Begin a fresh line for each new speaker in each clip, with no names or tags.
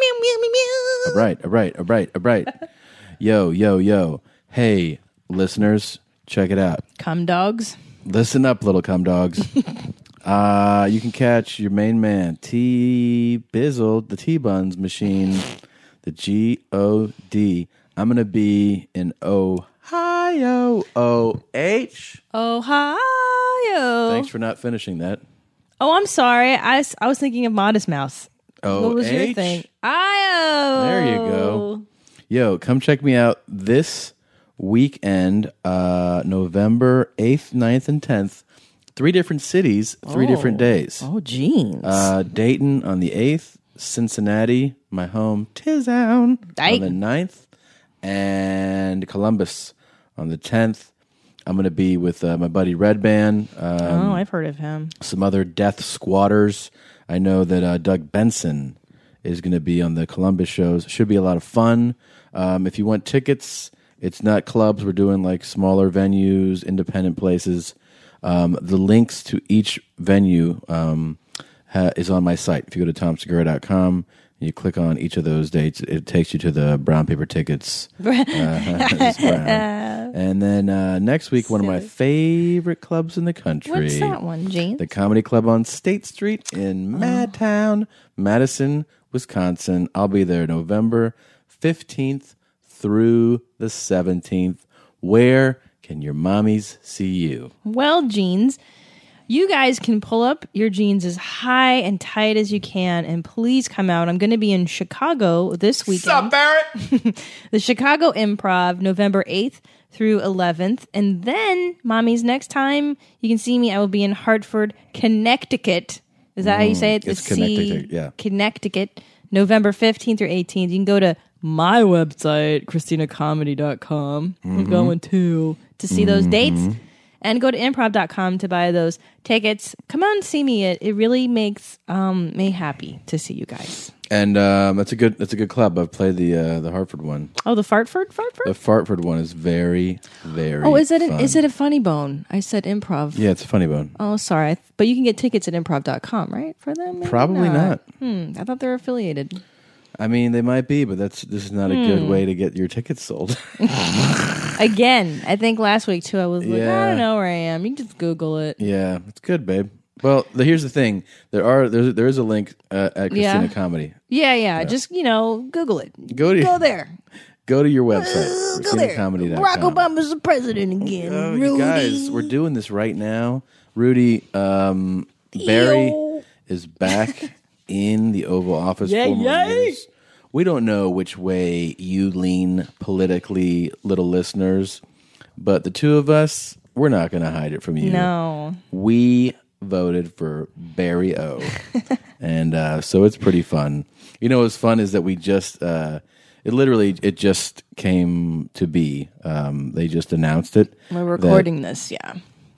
mew, mew, mew.
All right, all right, all right, all right. yo, yo, yo. Hey, listeners, check it out.
Cum dogs.
Listen up, little cum dogs. uh, you can catch your main man, T Bizzle, the T Buns machine, the G O D. I'm going to be in Ohio, O H.
Ohio.
Thanks for not finishing that.
Oh, I'm sorry. I, s- I was thinking of Modest Mouse.
Oh,
What was your thing? Io.
There you go. Yo, come check me out this weekend, uh, November 8th, 9th, and 10th. Three different cities, three different days.
Oh, jeans.
Uh, Dayton on the 8th, Cincinnati, my home, Tizown, on the
Dayton.
9th, and Columbus on the 10th. I'm going to be with uh, my buddy Red Band, uh,
oh, I've heard of him.
some other death squatters. I know that uh, Doug Benson is going to be on the Columbus shows. Should be a lot of fun. Um, if you want tickets, it's not clubs. We're doing like smaller venues, independent places. Um, the links to each venue um, ha- is on my site. If you go to tomsegura.com, you click on each of those dates. It takes you to the brown paper tickets. Uh, it's brown. And then uh, next week, one of my favorite clubs in the country.
What's that one, jeans?
The Comedy Club on State Street in
Oh.
Madtown, Madison, Wisconsin. I'll be there November 15th through the 17th. Where can your mommies see you?
well, jeans. You guys can pull up your jeans as high and tight as you can, and please come out. I'm going to be in Chicago this weekend.
Barrett?
the Chicago Improv, November 8th through 11th. And then, mommies, next time you can see me, I will be in Hartford, Connecticut. Is that how you say it? The
Mm, it's
C-
Connecticut, yeah.
Connecticut, November 15th through 18th. You can go to my website, ChristinaComedy.com.
Mm-hmm.
I'm going to to see those dates. And go to improv.com to buy those tickets. Come on, see me. It, it really makes um, me happy to see you guys.
And um, that's a good that's a good club. I've played the uh, the Hartford one.
Oh, the Fartford? Fartford?
The Fartford one is very very.
Oh, is it an,
fun.
is it a funny bone? I said improv.
Yeah, it's a funny bone.
Oh, sorry. I th- But you can get tickets at improv.com, right? For them? Maybe
Probably not.
Hmm. I thought they were affiliated.
I mean, they might be, but that's this is not a
Hmm.
good way to get your tickets sold.
Again, I think last week too, I was like, I
Yeah.
don't know where I am. You can just Google it.
Yeah, it's good, babe. Well, the, here's the thing: there are there's, there is a link uh, at Christina
Yeah.
Comedy.
Yeah, yeah. Just, you know, Google it.
Go to
Go there.
go to your website,
Go there.
ChristinaComedy.com.
Barack Obama's the president again.
Oh,
Rudy.
you guys, we're doing this right now. Rudy um, Barry
Yo.
is back in the Oval Office.
Yay,
for more
yay.
years. We don't know which way you lean politically, little listeners, but the two of us, we're not going to hide it from you.
no.
we voted for Barry O. and uh, so it's pretty fun. You know what's fun is that we just uh, it literally it just came to be. Um, they just announced it.
We're
that-
recording this. Yeah.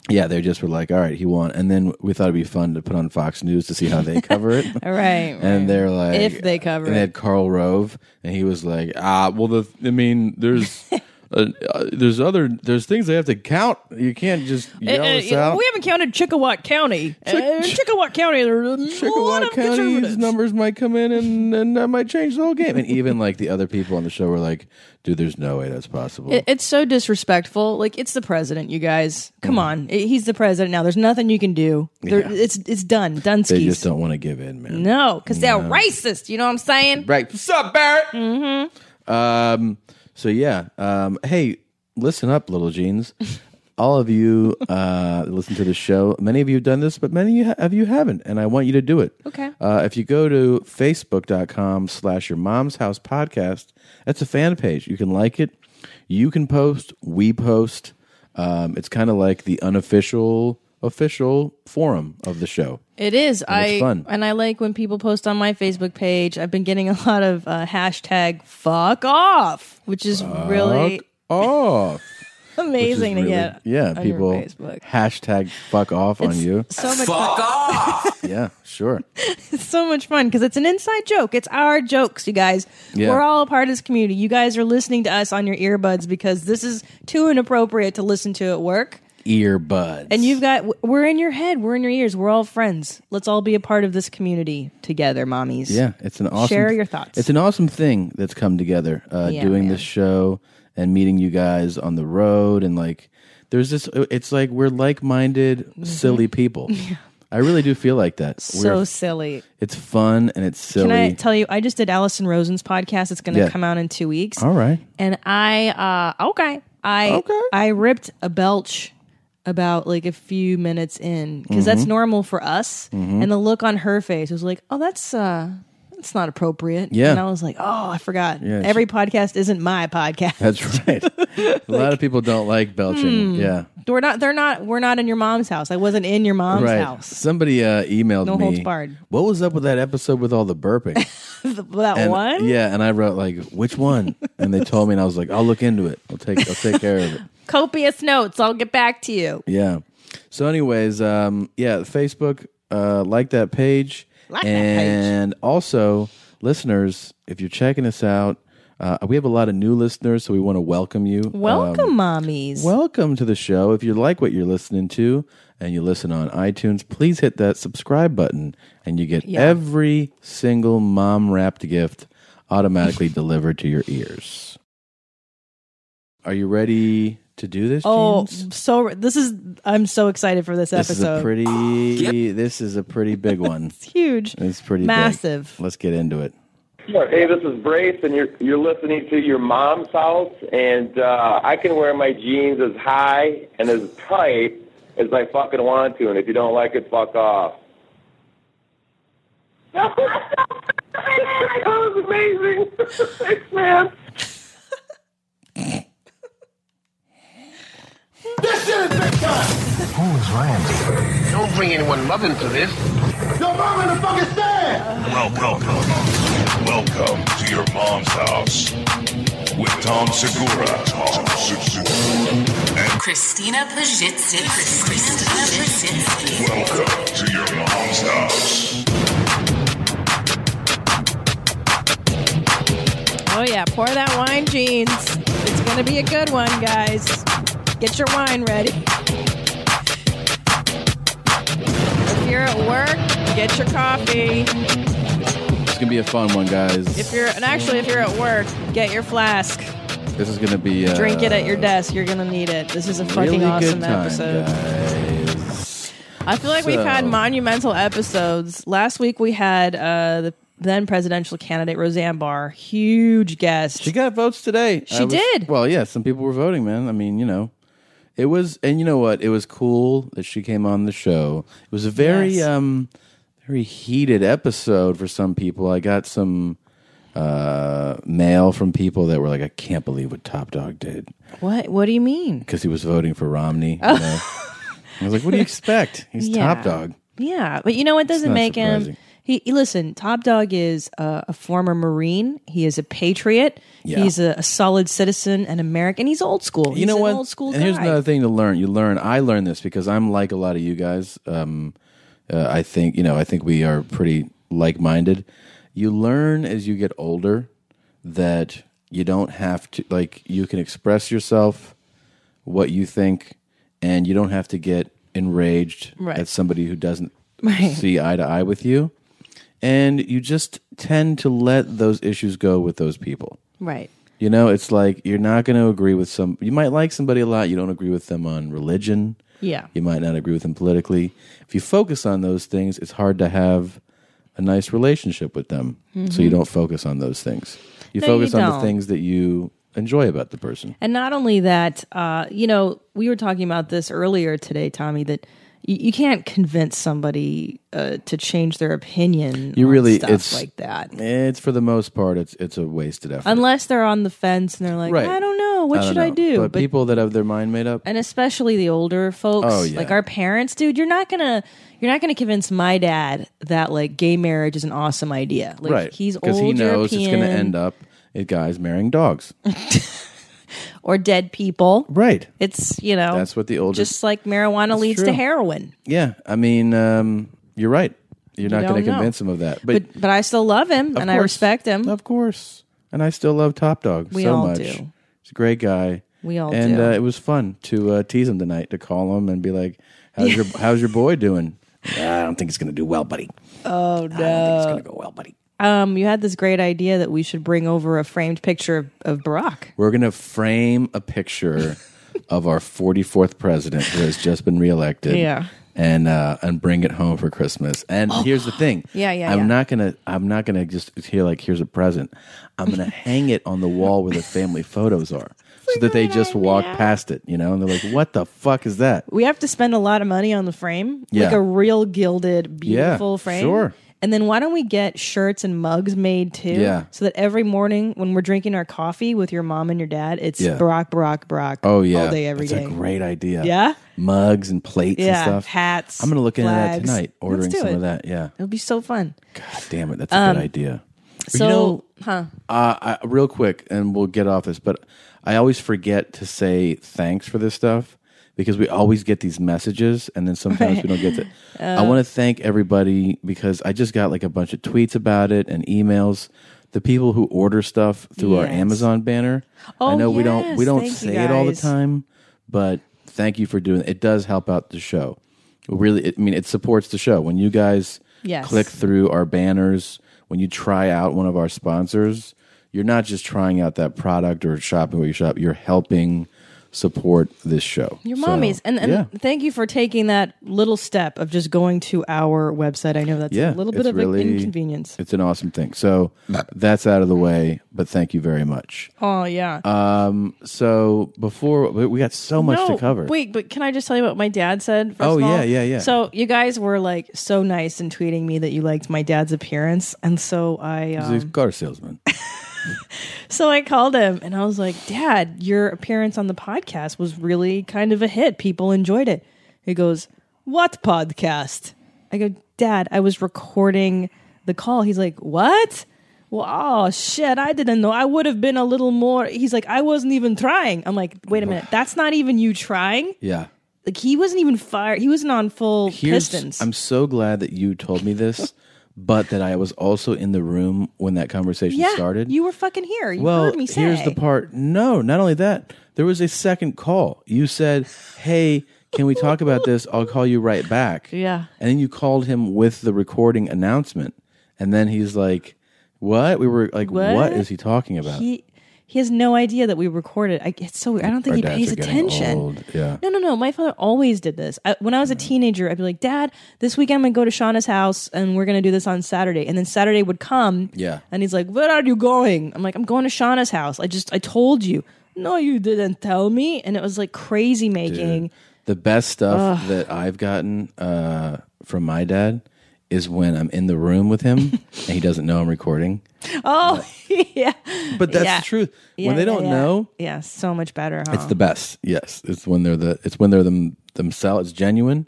yeah, they just were like, all right, he won. And then we thought it'd be fun to put on Fox News to see how they cover it.
All right.
And they're like,
If they cover
and they
it.
had Carl Rove, and he was like, ah, well, the I mean, there's, uh, uh, there's other, there's things they have to count. You can't just yell this out.
Uh, we haven't counted Chickawatt County.
Uh,
Chickawatt County, there's a lot
Chickawatt
of
County's
conservatives.
numbers might come in, and and that might change the whole game. And even like the other people on the show were like, dude, there's no way that's possible.
It- It's so disrespectful. Like it's the president, you guys. Come on, I- he's the president now. There's nothing you can do. There-
Mm. Yeah.
It's it's done. Dunskies.
they just don't want to give in, man.
no, because they're racist. You know what I'm saying?
Right. What's up, Barrett? Mm-hmm. Um, so yeah. Um, hey, listen up, little jeans. All of you uh, that listen to the show. Many of you have done this, but many you ha- of you haven't, and I want you to do it.
Okay.
Uh, if you go to facebook.com slash your mom's house podcast, that's a fan page. You can like it. You can post. We post. Um, it's kind of like the unofficial official forum of the show.
It is. I
it's fun.
and I like when people post on my Facebook page. I've been getting a lot of uh, hashtag fuck off, which is really
Oh. Which is
amazing
really-
to get.
Yeah,
on
people
Your Facebook.
hashtag fuck off on you.
So much.
Yeah, sure.
so much fun because it's an inside joke. It's our jokes, you guys.
Yeah.
We're all a part of this community. You guys are listening to us on your earbuds because this is too inappropriate to listen to at work.
earbuds.
And you've got, w- we're in your head, we're in your ears, we're all friends. Let's all be a part of this community together, mommies.
Yeah, it's an awesome.
Share your thoughts.
It's an awesome thing that's come together. Uh,
Yeah,
doing
man.
this show and meeting you guys on the road and like, there's this. uh, It's like we're like-minded, silly people. I really do feel like that.
Mm-hmm. So
We're-
silly.
it's fun and it's silly.
Can I tell you, I just did Allison Rosen's podcast. It's going to
Yeah.
come out in two weeks.
All right.
and I uh okay I
Okay.
I ripped a belch about like a few minutes in because
Mm-hmm.
that's normal for us and the look on her face was like oh that's uh that's not appropriate
Yeah.
and I was like oh I forgot
Yeah,
every podcast isn't my podcast
That's right. a lot of people don't like belching.
Hmm.
yeah.
we're not they're not we're not in your mom's house I wasn't in your mom's
Right.
house
Somebody uh, emailed
No
me.
holds barred.
What was up with that episode with all the burping?
that
And-
one
Yeah, and I wrote like, which one? And they told me, and I was like, I'll look into it. I'll take, I'll take care of it.
copious notes I'll get back to you
Yeah. So, anyways, um, yeah, Facebook, uh, like that page,
Like that
and also listeners, if you're checking us out, uh, we have a lot of new listeners, so we want to welcome you. Um,
welcome mommies
Welcome to the show. If you like what you're listening to and you listen on iTunes, please hit that subscribe button and you get every single mom wrapped gift automatically delivered to your ears. Are you ready to do this?
oh
Jeans?
so this is I'm so excited for this,
this is
episode
a pretty this is a pretty big one.
it's huge
It's pretty big.
massive
Let's get into it.
Sure. Hey, this is Brace, and you're you're listening to your mom's house, and uh, I can wear my jeans as high and as tight as I fucking want to, and if you don't like it, fuck off. that was amazing. Thanks, man.
This is big time.
Don't bring anyone love into this.
Your mom in the fucking stand.
Welcome. Welcome to your mom's house with Tom Segura. Tom Segura. And
Christina Pajitsky. Christina Pajitsky.
welcome to your mom's house.
Oh yeah, pour that wine, jeans. It's gonna be a good one, guys. Get your wine ready. If you're at work, get your coffee.
It's gonna be a fun one, guys.
If you're and actually if you're at work, get your flask.
this is gonna be uh,
Drink it at your desk. You're gonna need it. This is a fucking
really
awesome
good time,
episode.
Guys.
I feel like we've had
So-
monumental episodes. Last week we had uh, the then presidential candidate Roseanne Barr, huge guest.
She got votes today.
She
was-
did.
Well, yeah, some people were voting, man. I mean, you know, it was, and you know what? It was cool that she came on the show. It was a very,
Yes.
um, very heated episode for some people. I got some uh, mail from people that were like, "I can't believe what Top Dog did
what? What do you mean?
because he was voting for Romney." you know? I was like, "What do you expect? He's
Oh. Yeah.
Top Dog."
Yeah, but you know what doesn't
not
make him.
surprising.
He, he- listen. Top Dog is uh, a former Marine. He is a patriot.
Yeah.
He's a, a solid citizen, an American. He's old school.
you
He's
know
an
what?
Old school
and here's
guy.
another thing to learn. You learn. I learned this because I'm like a lot of you guys. Um, uh, I think you know. I think we are pretty like minded. You learn as you get older that you don't have to like. You can express yourself, what you think, and you don't have to get enraged
Right.
at somebody who doesn't
Right.
see eye to eye with you. And you just tend to let those issues go with those people.
right?
You know, it's like you're not going to agree with some. You might like somebody a lot. You don't agree with them on religion.
Yeah.
You might not agree with them politically. If you focus on those things, it's hard to have a nice relationship with them. So you don't focus on those things.
Mm-hmm.
You
No,
focus
you
on the
don't.
things that you enjoy about the person.
And not only that, uh, you know, we were talking about this earlier today, Tommy. That you, you can't convince somebody uh, to change their opinion.
You
on
really-
stuff
it's-
like that.
It's for the most part, it's it's a wasted effort.
Unless they're on the fence and they're like,
Right.
I don't know, what
don't
should I
know.
do?
But, people that have their mind made up,
and especially the older folks
Oh, yeah.
like our parents dude you're not gonna you're not gonna convince my dad that like gay marriage is an awesome idea like
right?
he's old
because he knows
European
it's going to end up at guys marrying dogs,
or dead people
right?
it's you know
That's what the older
just like marijuana leads to
true.
heroin
Yeah, I mean, um, you're right. You're not going
don't
to
know.
convince him of that, but,
but but i still love him and i
course.
respect him
of course, and I still love Top Dog
We
so
all
much.
do.
He's a great guy.
We all
and
do.
Uh, it was fun to uh, tease him tonight to call him and be like, "How's your How's your boy doing?" I don't think it's gonna do well, buddy.
oh no.
It's gonna go well, buddy.
Um, you had this great idea that we should bring over a framed picture of, of Barack.
We're gonna frame a picture of our 44th president who has just been reelected.
Yeah. Oh,
And uh, and bring it home for Christmas. And here's the thing.
Yeah, yeah,
I'm
yeah.
not gonna I'm not gonna just here like here's a present. I'm gonna hang it on the wall where the family photos are. So that they just walk past it, you know, and they're like, "What the fuck is that?"
We have to spend a lot of money on the frame, like
Yeah.
a real gilded,
Yeah,
beautiful frame.
sure.
And then why don't we get shirts and mugs made too?
Yeah.
So that every morning when we're drinking our coffee with your mom and your dad, it's
Yeah.
Barack, Barack, Barack.
Oh yeah,
all day every
That's
day.
a great idea.
Yeah?
mugs and plates
Yeah,
and stuff.
hats,
I'm gonna look into that
flags.
tonight.
Let's
Ordering
do
some
it.
of that. Yeah.
It'll be so fun.
God damn it, that's a good idea.
So,
you know,
huh?
uh, I, real quick, and we'll get off this, but I always forget to say thanks for this stuff because we always get these messages, and then sometimes we don't get to. I want to thank everybody because I just got like a bunch of tweets about it and emails. The people who order stuff through our
Yes.
Amazon banner. I
Oh,
know we don't we
yes,
don't
thank you
say it all the
guys.
time, but thank you for doing it. It does help out the show. It Really, it, I mean, it supports the show when you guys
Yes.
click through our banners, when you try out one of our sponsors, you're not just trying out that product or shopping where you shop, you're helping support this show.
Your
So,
mommies. And, and
yeah.
thank you for taking that little step of just going to our website. I know that's a
yeah,
little bit
it's
of
really-
an inconvenience.
It's an awesome thing. So that's out of the way, but thank you very much.
Oh, yeah.
So before we we got so much to cover.
Wait, but can I just tell you what my dad said? First
Oh,
of all?
yeah, yeah, yeah.
So you guys were like so nice in tweeting me that you liked my dad's appearance, and so I
He's a
um,
car salesman.
so I called him and I was like, Dad, your appearance on the podcast was really kind of a hit. People enjoyed it. He goes, What podcast? I go, Dad, I was recording the call. He's like, What? Well, oh shit, I didn't know. I would have been a little more. He's like, I wasn't even trying. I'm like, wait a minute, that's not even you trying
Yeah.
like he wasn't even fired. He wasn't on full
Here's-
pistons.
I'm so glad that you told me this, but that I was also in the room when that conversation
yeah,
started.
you were fucking here. You
well,
heard me say.
here's the part. No, not only that, there was a second call. You said, "Hey, can we talk about this? I'll call you right back."
Yeah.
And then you called him with the recording announcement, and then he's like, "What?" We were like,
What?
what is he talking about?"
He he has no idea that we recorded. I, it's so weird. I don't think
Our
he
dads
pays
are getting
attention.
old. Mm. Yeah.
No, no, no. My father always did this. I, when I was a teenager, I'd be like, Dad, this weekend I'm gonna go to Shauna's house and we're gonna do this on Saturday. And then Saturday would come.
Yeah.
And he's like, Where are you going? I'm like, I'm going to Shauna's house. I just I told you. No, you didn't tell me. And it was like crazy making.
The best stuff that I've gotten uh, from my dad is when I'm in the room with him and he doesn't know I'm recording.
Oh yeah.
But that's
Yeah.
the truth.
Yeah,
when they
yeah,
don't
yeah.
know,
Yeah, so much better, huh?
it's the best. Yes, it's when they're the it's when they're them themselves. It's genuine,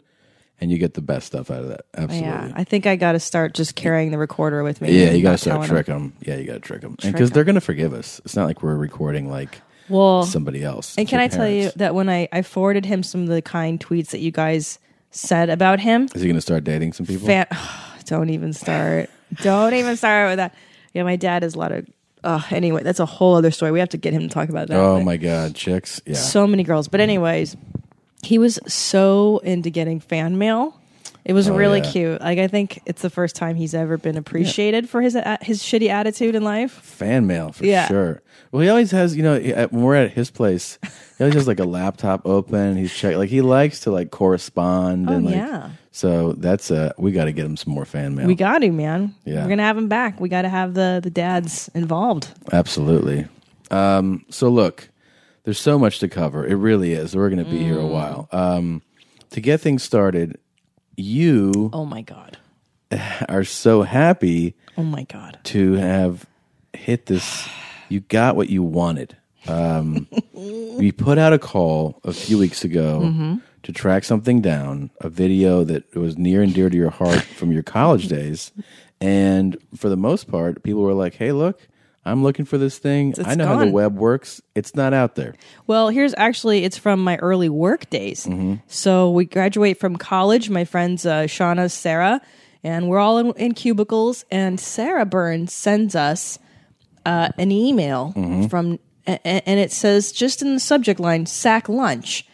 and you get the best stuff out of that. Absolutely.
Yeah,
Yeah.
I think I got to start just carrying the recorder with me. and
you gotta
not
start
telling 'em.
tricking them. Yeah, you gotta trick them, because they're gonna forgive us. It's not like we're recording like
Well,
somebody else.
and
It's
can
your
I tell you
parents.
that when I I forwarded him some of the kind tweets that you guys said about him,
Is he gonna start dating some people?
fan, don't even start, don't even start with that. Yeah, my dad is a lot of. Uh, anyway, that's a whole other story. We have to get him to talk about that.
oh
but-
my god, chicks! Yeah,
so many girls. But anyways, he was so into getting fan mail. It was
Oh,
really
yeah.
cute. Like I think it's the first time he's ever been appreciated for his a his shitty attitude in life.
fan mail for
Yeah.
sure. Well, he always has, you know, he- at- when we're at his place, he always has like a laptop open. He's check like he likes to like correspond and like
Oh, yeah.
so that's uh we got to get him some more fan mail.
We got him, man.
Yeah.
We're gonna have him back. We got to have the the dads involved.
Absolutely. Um so look, there's so much to cover. It really is. We're going to be
Mm.
here a while. Um to get things started, you
Oh my god.
are so happy
Oh my god.
to have hit this. You got what you wanted. Um, we put out a call a few weeks ago
Mm-hmm.
to track something down, a video that was near and dear to your heart from your college days. And for the most part, people were like, hey, look, I'm looking for this thing. I know how the
gone.
web works. It's not out there.
Well, here's actually it's from my early work days. So we graduate from college. My friends uh, Shauna, Sarah, and we're all in, in
Mm-hmm.
cubicles. And Sarah Burns sends us uh, an email from a- a- and it says just in the subject line, sack lunch.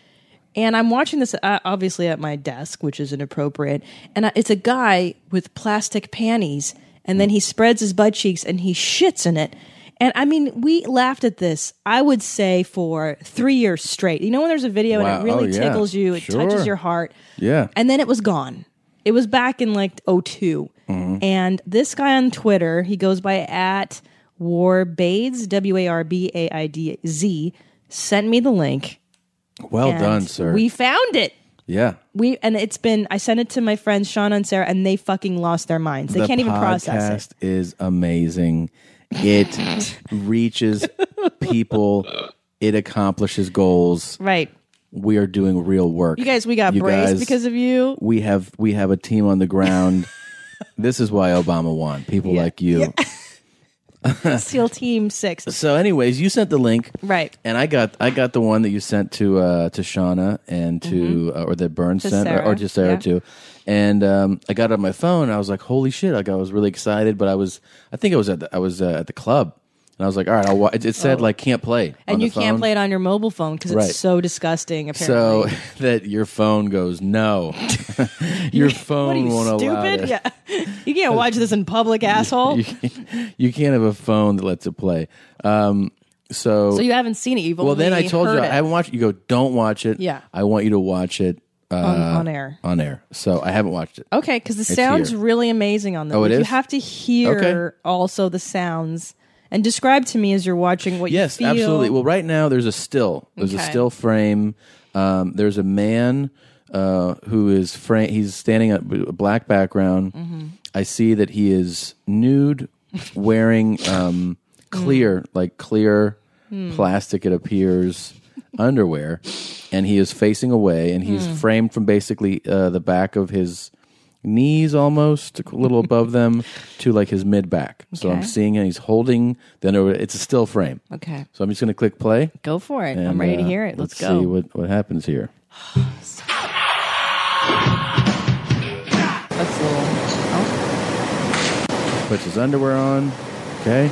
And I'm watching this uh, obviously at my desk, which is inappropriate. And I, it's a guy with plastic panties, and
Mm.
then he spreads his butt cheeks and he shits in it. And I mean, we laughed at this. I would say for three years straight. You know, when there's a video
Wow.
and it really
Oh, yeah.
tickles you, it
Sure.
touches your heart.
Yeah.
And then it was gone. It was back in like 2
Mm-hmm.
And this guy on Twitter, he goes by at Warbades, W A R B A I D Z, sent me the link.
well
and
done, sir.
We found it.
yeah.
We and it's been I sent it to my friends Sean and Sarah and they fucking lost their minds. They
the
can't even
podcast
process it.
is amazing. It reaches people. It accomplishes goals.
Right.
We are doing real work.
You guys, we got
You
braced
guys-
because of you.
we have we have a team on the ground. this is why Obama won. People like you.
SEAL Team 6.
So, anyways, you sent the link,
Right.
And I got I got the one that you sent to uh, to Shauna and to uh, or that Burns
Mm-hmm. To
sent or, or
Sarah,
to Sarah
yeah.
too. And um, I got it on my phone. And I was like, holy shit! Like I was really excited, but I was I think I was at the, I was uh, at the club, and I was like, all right, I'll wa-. It, it said like can't play, on
Oh. And
the
you can't
phone.
play it on your mobile phone because
Right.
it's so disgusting
So
apparently.
that your phone goes no, your phone
what are you
won't allow
stupid?
it.
Yeah. You can't watch this in public, asshole.
you, can't- you can't have a phone that lets it play. Um, so,
So you haven't seen it. You've
well,
only
then I told you
heard it
I haven't watched. it. You go, don't watch it.
Yeah.
I want you to watch it uh,
on, on air.
on air. So I haven't watched it.
Okay, because the sounds
here.
really amazing on them.
Oh, it
Like, You
is?
have to hear
Okay.
also the sounds and describe to me as you're watching what
Yes,
you feel.
absolutely. Well, right now there's a still. There's a
Okay.
still frame. Um, there's a man uh, who is fra- he's standing up with a black background.
Mm-hmm.
I see that he is nude, wearing
Mm.
um, clear, like clear
Hmm.
plastic. It appears underwear, and he is facing away, and
Hmm.
he's framed from basically uh, the back of his knees almost a little above them to like his mid back. So I'm
Okay.
seeing him. He's holding the underwear. It's a still frame.
okay,
So I'm just going to click play.
go for it.
and,
I'm ready to
uh,
hear it. Let's,
let's
go.
see what, what happens here.
That's a little. oh.
Puts his underwear on. Okay.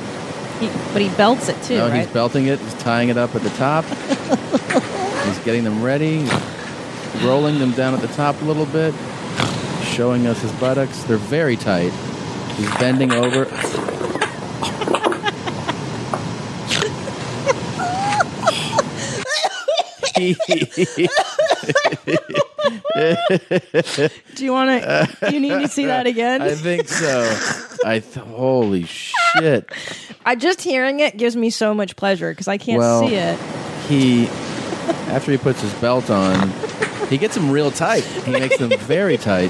He, but he belts it too,
now
right?
he's belting it. He's tying it up at the top. he's getting them ready. He's rolling them down at the top a little bit. Showing us his buttocks. They're very tight. He's bending over.
Do you want to? you need to see that again.
I think so. I th- holy shit.
I just hearing it gives me so much pleasure because I can't
Well-
see it.
he after he puts his belt on he gets them real tight he makes them very tight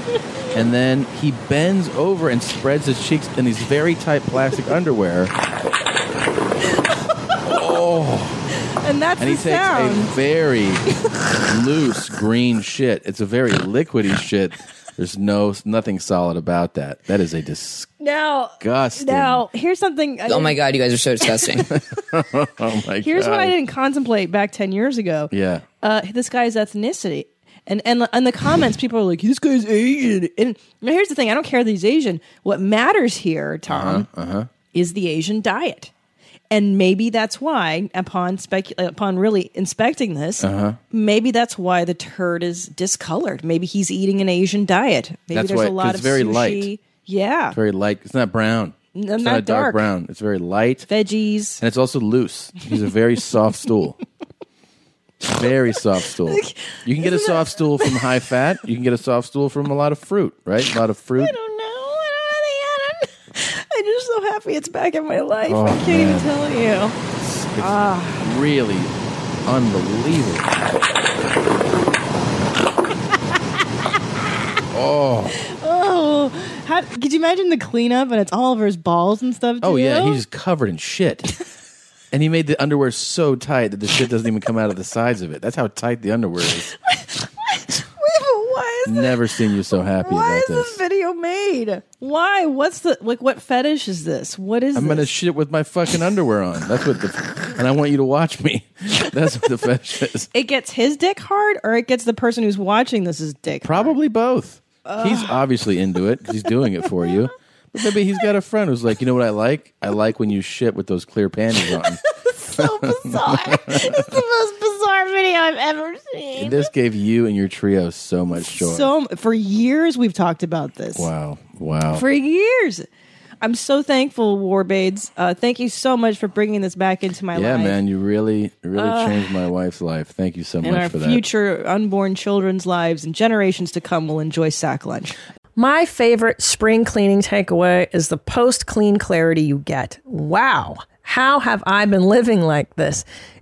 and then he bends over and spreads his cheeks in these very tight plastic underwear
And that's
and
the
he takes
sound.
a very loose green shit it's a very liquidy shit there's no nothing solid about that that is a disgusting
now, now here's something. I
Oh
didn't-
my god, you guys are so disgusting.
oh my
Here's
god
what I didn't contemplate back ten years ago.
yeah
uh, this guy's ethnicity. And and in the comments, people are like, "This guy's Asian." And now here's the thing: I don't care that he's Asian. What matters here, Tom,
Uh-huh,
is the Asian diet. And maybe that's why, upon spec, upon really inspecting this,
Uh-huh.
maybe that's why the turd is discolored. Maybe he's eating an Asian diet. Maybe
That's
there's
why-
a
'cause
lot
it's
of
very
sushi.
light.
Yeah,
very light it's not brown it's
not
a dark
dark.
brown it's very light
veggies.
And it's also loose. He's a very soft stool. Very soft stool. You can get a soft stool from high fat. You can get a soft stool from a lot of fruit, right? A lot of fruit.
I don't know. I don't know the Adam. I'm just so happy it's back in my life.
Oh,
I can't
man.
even tell you.
It's really unbelievable.
Oh, how, could you imagine the cleanup and it's Oliver's balls and stuff?
Oh
too?
yeah, he's just covered in shit. And he made the underwear so tight that the shit doesn't even come out of the sides of it. That's how tight the underwear is.
Wait, but why is the,
Never seen you so happy
why
about
is
this.
this video made? Why? What's the like? What fetish is this? What is
I'm gonna
this?
shit with my fucking underwear on. That's what the and I want you to watch me. That's what the fetish is.
it gets his dick hard, or it gets the person who's watching this is dick. hard?
Probably both. He's obviously into it 'cause he's doing it for you. But maybe he's got a friend who's like, you know what I like? I like when you shit with those clear panties on.
so bizarre. it's the most bizarre video I've ever seen.
This gave you and your trio so much joy.
So for years we've talked about this.
wow, wow.
for years. I'm so thankful, Warbades. Uh, thank you so much for bringing this back into my
yeah,
life.
man, you really, really changed my wife's life. Thank you so
And
much
our
for that.
future unborn children's lives and generations to come will enjoy sack lunch.
My favorite spring cleaning takeaway is the post clean clarity you get. Wow. How have I been living like this?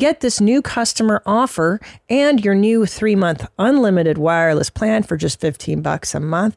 get this new customer offer and your new three month unlimited wireless plan for just 15 bucks a month,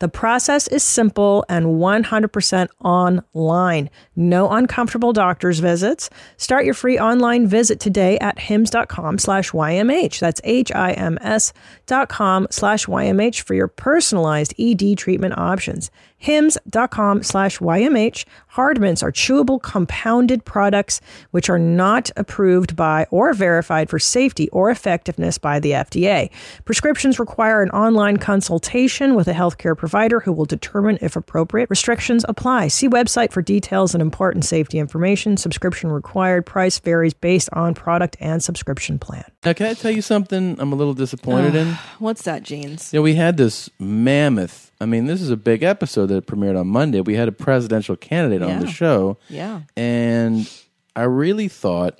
The process is simple and 100% online. No uncomfortable doctor's visits. Start your free online visit today at hims.com slash YMH. That's H-I-M-S dot com slash YMH for your personalized ED treatment options. Hims.com slash YMH. Hard mints are chewable compounded products which are not approved by or verified for safety or effectiveness by the FDA. Prescriptions require an online consultation with a healthcare provider who will determine if appropriate. Restrictions apply. See website for details and important safety information. Subscription required. Price varies based on product and subscription plan.
now, can I tell you something I'm a little disappointed in?
What's that, Jeans?
Yeah, we had this mammoth. I mean, this is a big episode that premiered on Monday. We had a presidential candidate on the
Yeah.
show.
Yeah.
And I really thought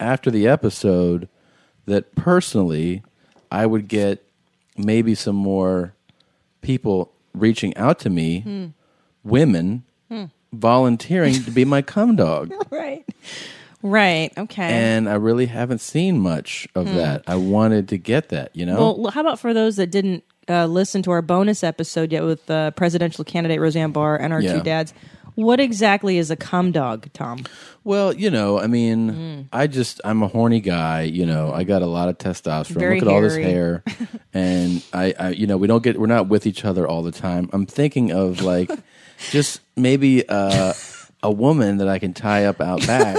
after the episode that personally I would get maybe some more people reaching out to me,
Hmm.
women volunteering to be my cum dog.
Right. Right. Okay.
And I really haven't seen much of that. I wanted to get that, you know?
Hmm. well, how about for those that didn't uh, listen to our bonus episode yet with uh, presidential candidate Roseanne Barr and our
Yeah.
two dads? What exactly is a cum dog, Tom?
Well, you know, I mean,
Mm.
I just I'm a horny guy. You know, I got a lot of testosterone.
Very
Look at all this
hairy.
hair, and I, I, you know, we don't get we're not with each other all the time. I'm thinking of like just maybe uh, a woman that I can tie up out back.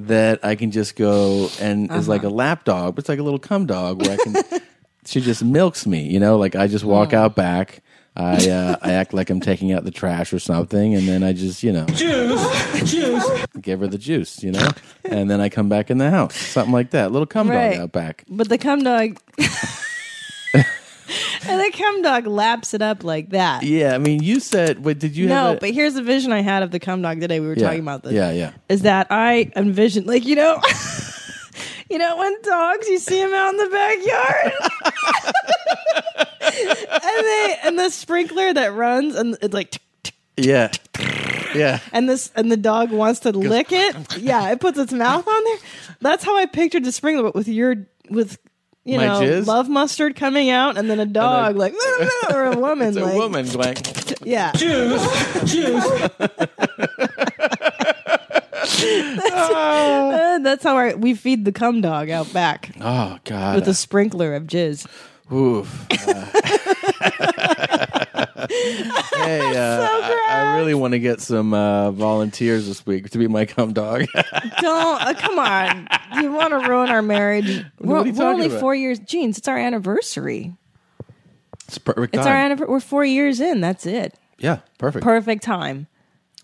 That I can just go and
Uh-huh.
is like a lap dog, but it's like a little cum dog where I can. she just milks me, you know. Like I just walk
Hmm.
out back, I uh, I act like I'm taking out the trash or something, and then I just you know give her the juice, you know, and then I come back in the house, something like that. Little cum
Right.
dog out back.
But the cum dog. and the cum dog laps it up like that.
Yeah, I mean, you said, wait, did you?
No,
have a-
but here's the vision I had of the cum dog today. We were
yeah,
talking about this.
Yeah, yeah.
Is that I envisioned, like, you know, you know, when dogs, you see them out in the backyard. and they, and the sprinkler that runs and it's like, tick, tick,
Yeah. Yeah.
and this, and the dog wants to lick it. Yeah. It puts its mouth on there. That's how I pictured the sprinkler, but with your, with, you
My
know,
jizz?
love mustard coming out and then a dog like, or a woman
It's a
like,
woman going,
yeah. Uh, that's how our, we feed the cum dog out back
oh God,
with a sprinkler of jizz.
Oof. Hey, uh, I, I really want to get some uh, volunteers this week to be my cum dog.
Don't uh, come on. You want to ruin our marriage? We're,
are
we're
you talking
only
about?
four years. Jeans, it's our anniversary.
it's perfect
It's
time.
our anniversary. We're four years in. That's it.
yeah, perfect
Perfect time.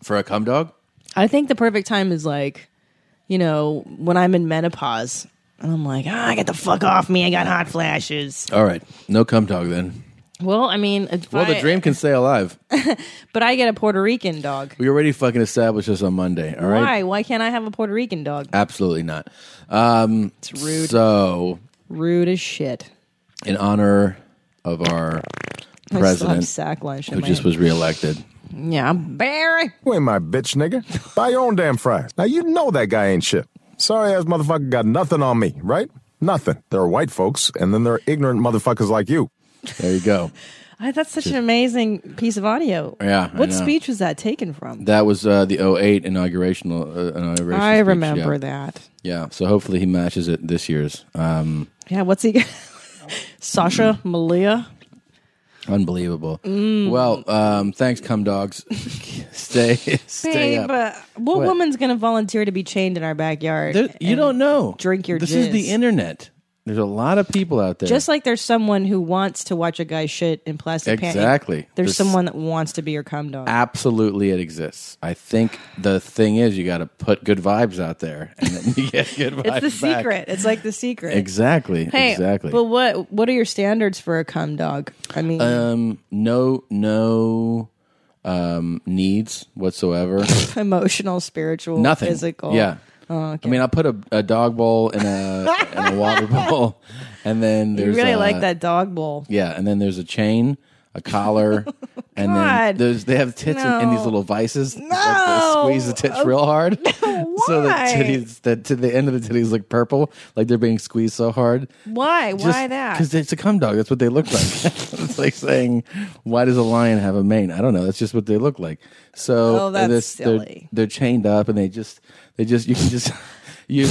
for a cum dog.
I think the perfect time is like, you know, when I'm in menopause and I'm like, ah, get the fuck off me. I got hot flashes.
All right, no cum dog then.
Well, I mean, if
Well, the
I-
dream can stay alive.
But I get a Puerto Rican dog.
We already fucking established this on Monday. All right,
Why? Why can't I have a Puerto Rican dog?
absolutely not. Um, it's
rude.
So,
Rude as shit.
in honor of our
I still have
president,
sack lunch. in
who
my
just
hand.
was reelected.
yeah, I'm Barry.
You ain't my bitch, nigga. Buy your own damn fries. Now you know that guy ain't shit. Sorry ass motherfucker got nothing on me, right? Nothing. There are white folks, and then there are ignorant motherfuckers like you.
There you go.
I, that's such an amazing piece of audio.
Yeah, I
What
know.
speech was that taken from?
That was uh, the 08 inaugurational uh, inauguration.
I
speech,
remember
yeah.
that.
Yeah, so hopefully he matches it this year's. Um,
Yeah, what's he? Sasha
Mm-hmm.
Malia.
unbelievable.
Mm.
Well, um, thanks, cum dogs. stay, stay
Babe,
up.
uh, what,
What?
woman's going to volunteer to be chained in our backyard?
There- you
And
don't know.
drink your
This
jizz.
is the internet. There's a lot of people out there.
Just like there's someone who wants to watch a guy shit in plastic panties.
Exactly.
There's,
There's-
someone that wants to be your cum dog.
absolutely it exists. I think the thing is you got to put good vibes out there, and then you get good vibes.
it's the
back.
secret. It's like the secret.
Exactly.
Hey,
exactly.
But what what are your standards for a cum dog? I mean,
um, no, no um, needs whatsoever.
emotional, spiritual,
Nothing.
physical.
Yeah.
Oh,
I mean, I put a, a dog bowl in a, in a water bowl, and then
You
there's uh,
really
a-
like that dog bowl.
Yeah, and then there's a chain, a collar, and then
God.
there's they have tits in, in these
No.
little vices. No,
No.
squeeze the tits real hard, so the
Why?
titties, the, to the end of the titties look purple, like they're being squeezed so hard.
Why? Why that?
Because it's a cum dog. That's what they look like. it's like saying, why does a lion have a mane? I don't know. That's just what they look like. So
Oh, that's
this- they're-
silly.
They're, chained up and they just, they just, you can just, you,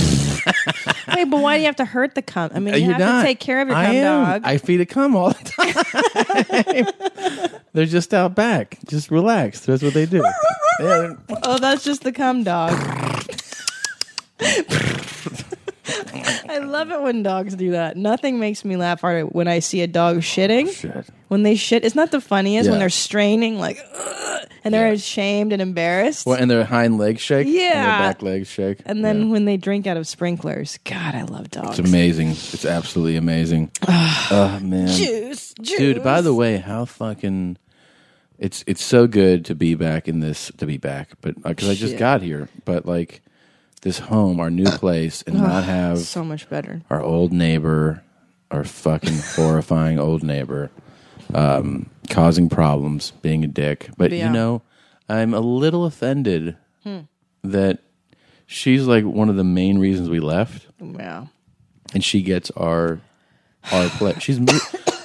Wait, but why do you have to hurt the cum? I mean, you
Uh, you're
have
not.
to take care of your
I
cum
am.
dog.
I feed it cum all the time. they're just out back. Just relax. That's what they do. Yeah,
Oh, that's just the cum dog. I love it when dogs do that. Nothing makes me laugh harder when I see a dog shitting.
Oh, Shit.
When they shit, it's not the funniest
Yeah.
when they're straining, like, "Ugh," and they're
Yeah.
ashamed and embarrassed.
Well, and their hind legs shake. And their
Yeah.
back legs shake.
And then when they drink out of sprinklers, God, I love dogs.
It's amazing. It's absolutely amazing. oh man,
Juice, Ah, juice.
dude. By the way, how fucking it's it's so good to be back in this to be back, but because I just
Shit. Uh,
got here, but like this home, our new place, and not have
so much better.
our old neighbor, our fucking horrifying old neighbor, um, causing problems, being a dick. But
Yeah. Hmm.
you know, I'm a little offended that she's like one of the main reasons we left
Yeah.
and she gets our our place. She's mo-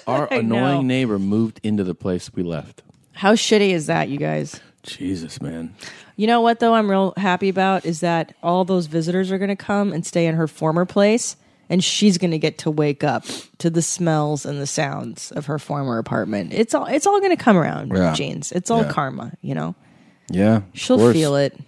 our
I
annoying
know.
neighbor moved into the place we left.
How shitty is that, you guys?
Jesus, man.
You know what though I'm real happy about is that all those visitors are going to come and stay in her former place and she's going to get to wake up to the smells and the sounds of her former apartment. It's all it's all going to come around,
Yeah.
jeans. It's all
Yeah.
karma, you know.
Yeah,
She'll feel it.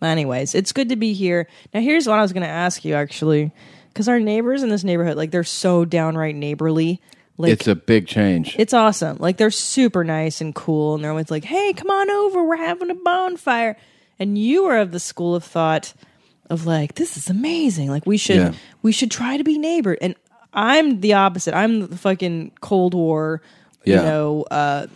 Anyways, it's good to be here. Now here's what I was going to ask you actually cuz our neighbors in this neighborhood like they're so downright neighborly. Like
It's a big change.
it's awesome. Like they're super nice and cool, and they're always like, "Hey, come on over. We're having a bonfire." And you are of the school of thought of like, "This is amazing. Like we should
Yeah.
we should try to be neighbor." And I'm the opposite. I'm the fucking Cold War,
Yeah.
you know, uh,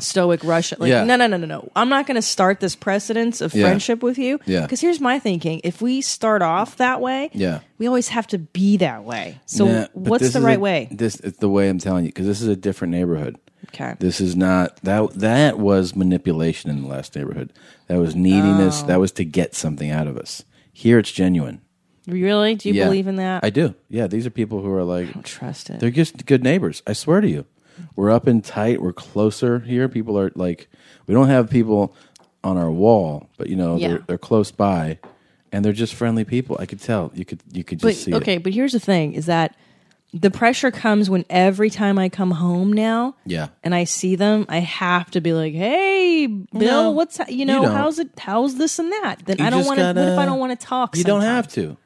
stoic Russian. Like,
Yeah.
no, no, no, no, no. I'm not going to start this precedence of
Yeah.
friendship with you.
Yeah.
Because here's my thinking: if we start off that way,
Yeah.
we always have to be that way. So
Nah, but
what's
this
the
is
right
a-
way?
This it's the way I'm telling you because this is a different neighborhood.
Okay.
This is not that that was manipulation in the last neighborhood. That was neediness.
Oh.
That was to get something out of us. Here it's genuine.
Really? Do you
Yeah.
believe in that?
I do. Yeah, these are people who are like
trust it.
They're just good neighbors. I swear to you. We're up and tight. We're closer here. People are like, we don't have people on our wall, but you know,
Yeah.
they're, they're close by and they're just friendly people. I could tell. You could, you could
but
just see it.
okay, but here's the thing: is that the pressure comes when every time I come home now
Yeah.
and I see them, I have to be like, "Hey, Bill,
No,
what's ha- you
you
know
don't.
how's it how's this and that?" Then
You
I don't
just
want to. What if I
gotta-
don't want to talk?
You don't
sometime?
have to.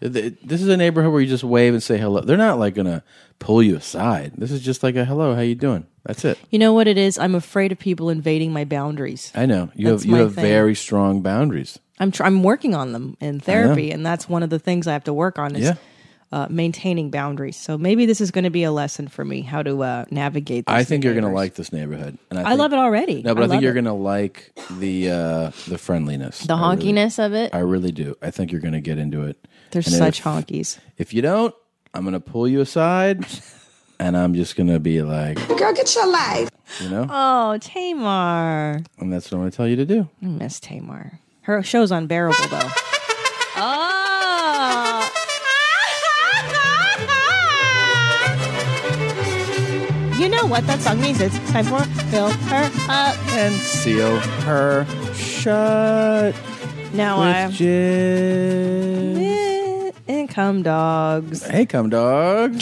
Th- This is a neighborhood where you just wave and say hello. They're not like gonna pull you aside. This is just like a hello, how you doing? That's it.
You know what it is? I'm afraid of people invading my boundaries.
I know you
That's
have you
my
have
thing.
very strong boundaries.
I'm tr- I'm working on them in therapy, and that's one of the things I have to work on is
Yeah.
uh, maintaining boundaries. So maybe this is going to be a lesson for me how to uh, navigate. This
I think you're gonna like this neighborhood, and I,
I
think-
love it already.
No, but
I
I, think
love
you're
it.
gonna like the uh, the friendliness,
the
I Oh, really-
honkiness of it.
I really do. I think you're gonna get into it.
They're
And
such
if-
honkies.
If you don't, I'm gonna pull you aside, and I'm just gonna be like,
Girl, get your life.
you know,
Oh, Tamar.
and that's what I'm gonna tell you to do.
I miss Tamar. Her show's unbearable though. Oh. You know what that song means? It's time for fill her up.
And seal her shut.
Now
with
I
jizz.
Eh, and come dogs.
Hey, come dog.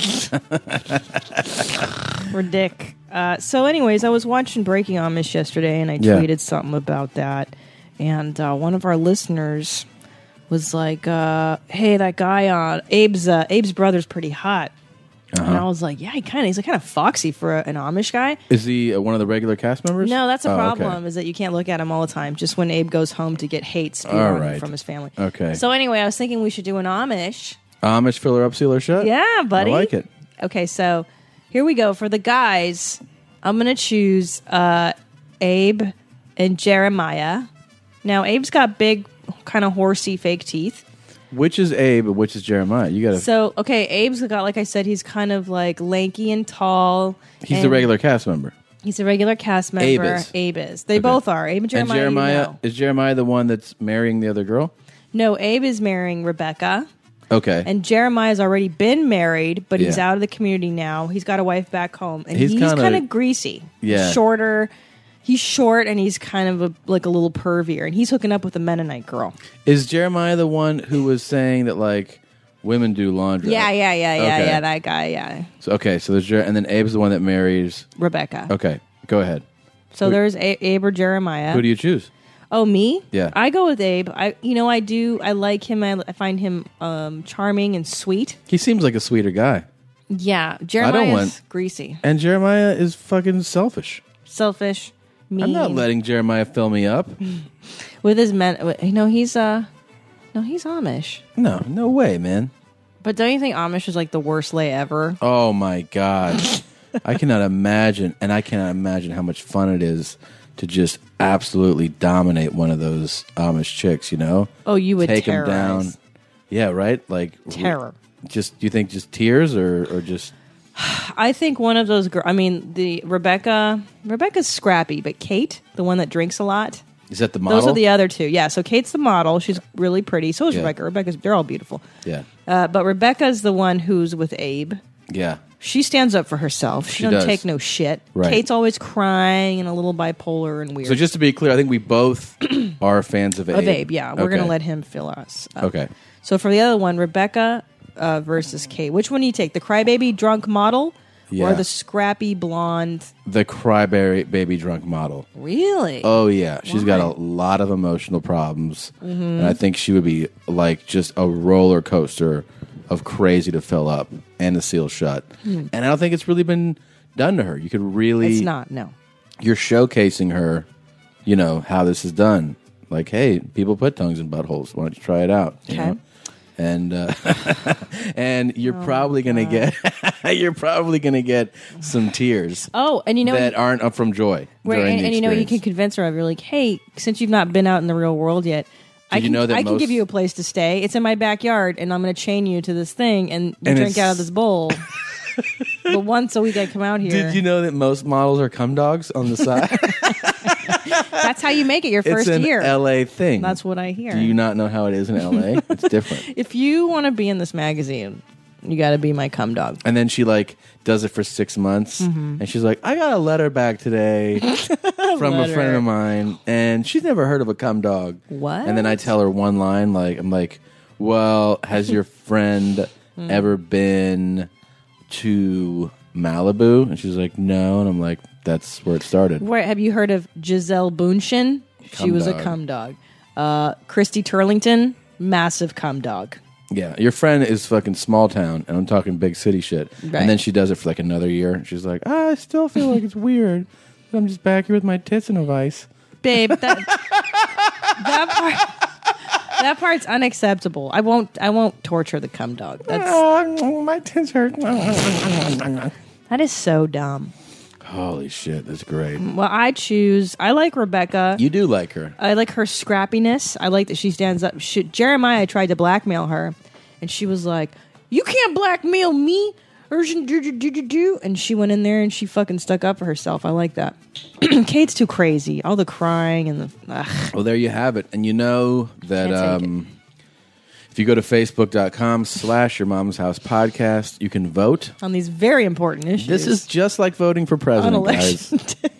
We're dick. Uh, so, anyways, I was watching Breaking Amish yesterday, and I
Yeah.
tweeted something about that. And uh, one of our listeners was like, uh, "Hey, that guy on Abe's uh, Abe's brother's pretty hot." And I
Uh-huh.
was like, "Yeah, he kind of. He's kind of foxy for a, an Amish guy."
Is he uh, one of the regular cast members?
No, that's a
Oh, okay.
problem. Is that you can't look at him all the time. Just when Abe goes home to get hate speed
All
on him
right.
from his family.
Okay.
So anyway, I was thinking we should do an Amish.
Amish filler up, sealer shut.
Yeah, buddy.
I like it.
Okay, so here we go for the guys. I'm gonna choose uh, Abe and Jeremiah. Now Abe's got big, kind of horsey fake teeth.
Which is Abe, and which is Jeremiah? You got to.
So okay, Abe's got like I said, he's kind of like lanky and tall.
he's
and
the regular cast member.
He's a regular cast member.
Abe is.
Abe is. They both are. Abe and Jeremiah.
and
you
Jeremiah
know.
is Jeremiah the one that's marrying the other girl.
No, Abe is marrying Rebecca.
Okay.
And Jeremiah's already been married, but he's
Yeah.
out of the community now. He's got a wife back home, and he's,
He's kinda-
kind of greasy.
Yeah.
shorter. He's short, and he's kind of a, like a little pervier, and he's hooking up with a Mennonite girl.
is Jeremiah the one who was saying that like women do laundry?
Yeah, yeah, yeah, yeah,
Okay.
yeah. That guy, yeah,
So okay, so there's Jer- and then Abe's the one that marries.
Rebecca.
Okay, go ahead.
So
Who-
there's a- Abe or Jeremiah.
Who do you choose?
Oh, me?
Yeah.
I go with Abe. I, you know, I do. I like him. I, I find him um, charming and sweet.
He seems like a sweeter guy,
Yeah, Jeremiah's
want-
greasy,
and Jeremiah is fucking selfish.
selfish, mean.
I'm not letting Jeremiah fill me up.
with his men. with- You know, he's uh, no, he's Amish.
No, no way, man.
But don't you think Amish is like the worst lay ever?
Oh my god. I cannot imagine and I cannot imagine how much fun it is to just absolutely dominate one of those Amish chicks, you know?
Oh, you would
take
terrorize.
them down. Yeah, right? Like
Terror.
Just do you think just tears or or just
I think one of those girls. I mean, the Rebecca. Rebecca's scrappy, but Kate, the one that drinks a lot.
is that the model?
Those are the other two. Yeah. So Kate's the model. She's really pretty. So is
Yeah.
Rebecca. Rebecca's. They're all beautiful.
Yeah.
Uh, but Rebecca's the one who's with Abe.
Yeah.
She stands up for herself. She,
She
do not
does.
take no shit.
Right.
Kate's always crying and a little bipolar and weird.
So just to be clear, I think we both are fans of Abe.
of Abe, yeah. We're
Okay.
gonna let him fill us. Up.
Okay.
So for the other one, Rebecca uh, versus Kate, which one do you take? The crybaby drunk model
Yeah.
or the scrappy blonde?
The cryberry baby drunk model.
Really?
Oh yeah, she's got a lot of emotional problems,
Mm-hmm.
and I think she would be like just a roller coaster of crazy to fill up and to seal shut. And I don't think it's really been done to her. You could really,
Hmm. it's not. No.
You're showcasing her, you know how this is done. Like, hey, people put tongues in buttholes. Why don't you try it out? You
Okay. Oh,
know? And uh, and you're probably gonna get you're probably gonna get some tears
Oh, and you know
that aren't up from joy.
Right,
during
and,
the
and you know what you
experience.
can convince her of. You're like, hey, since you've not been out in the real world yet, I
Did you
can,
know that
I can give
most-
you a place to stay. It's in my backyard, and I'm going to chain you to this thing, and you
And
drink
it's-
out of this bowl. but once a week, I come out here.
Did you know that most models are cum dogs on the side?
That's how you make it your
it's
first
an
year.
LA thing.
That's what I hear.
Do you not know how it is in LA? it's different.
if you want to be in this magazine, you got to be my cum dog.
And then she like does it for six months,
Mm-hmm.
and she's like, "I got a letter back today from a
Letter.
friend of mine, and she's never heard of a cum dog."
What?
And then I tell her one line,
Mm.
like, "I'm like, well, has your friend ever been to Malibu? And she's like, no. And I'm like, that's where it started.
Where have you heard of Giselle Bundchen? She
Cum
was
dog.
a cum dog. Uh, Christy Turlington, massive cum dog.
Yeah, your friend is fucking small town, and I'm talking big city shit.
Right.
And then she does it for like another year. and She's like, "Ah, I still feel like it's weird. that I'm just back here with my tits in a vice.
Babe, that, that part. That part's unacceptable. I won't. I won't torture the cum dog. That's
Oh, my tits hurt.
that is so dumb.
Holy shit, that's great.
Well, I choose. I like Rebecca.
You do like her.
I like her scrappiness. I like that she stands up. She, Jeremiah tried to blackmail her, and she was like, "You can't blackmail me." Urgent do do do do do, and she went in there and she fucking stuck up for herself. I like that. Kate's too crazy. All the crying and the ugh.
Well, there you have it. And you know that
Can't take
um, if you go to facebook.com slash your mom's house podcast, you can vote.
on these very important issues.
This is just like voting for
on
president, guys.
election. day.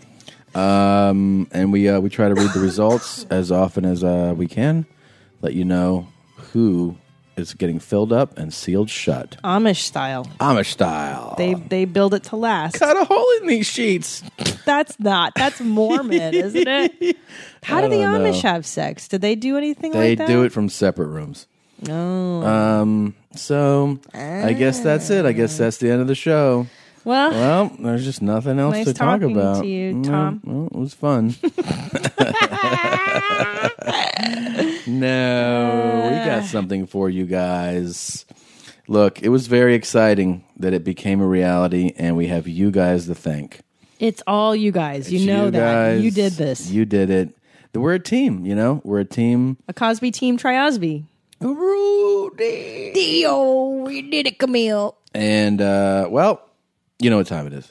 Um, and we uh, we try to read the results as often as uh, we can, let you know who is getting filled up and sealed shut,
Amish style.
Amish style.
They they build it to last.
Oh. cut a hole in these sheets.
That's not. That's Mormon, isn't it? How do the
don't know.
Amish have sex? Do they do anything
They
like that?
do it from separate rooms.
No.
Um, so I guess that's it. I guess that's the end of the show.
well,
Well, there's just nothing else
Nice
to talk
talking to
about.
you,
Mm,
Tom.
well, it was fun. no, we got something for you guys. Look, it was very exciting that it became a reality, and we have you guys to thank.
It's all you guys. You
It's
know that.
guys.
you did this.
You did it. We're a team, you know? We're a team.
a Cosby team triosby. Rudy. Dio. We did it, Camille.
And, uh, well, you know what time it is.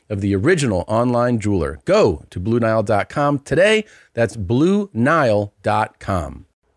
of the original online jeweler. Go to BlueNile.com today. That's BlueNile.com.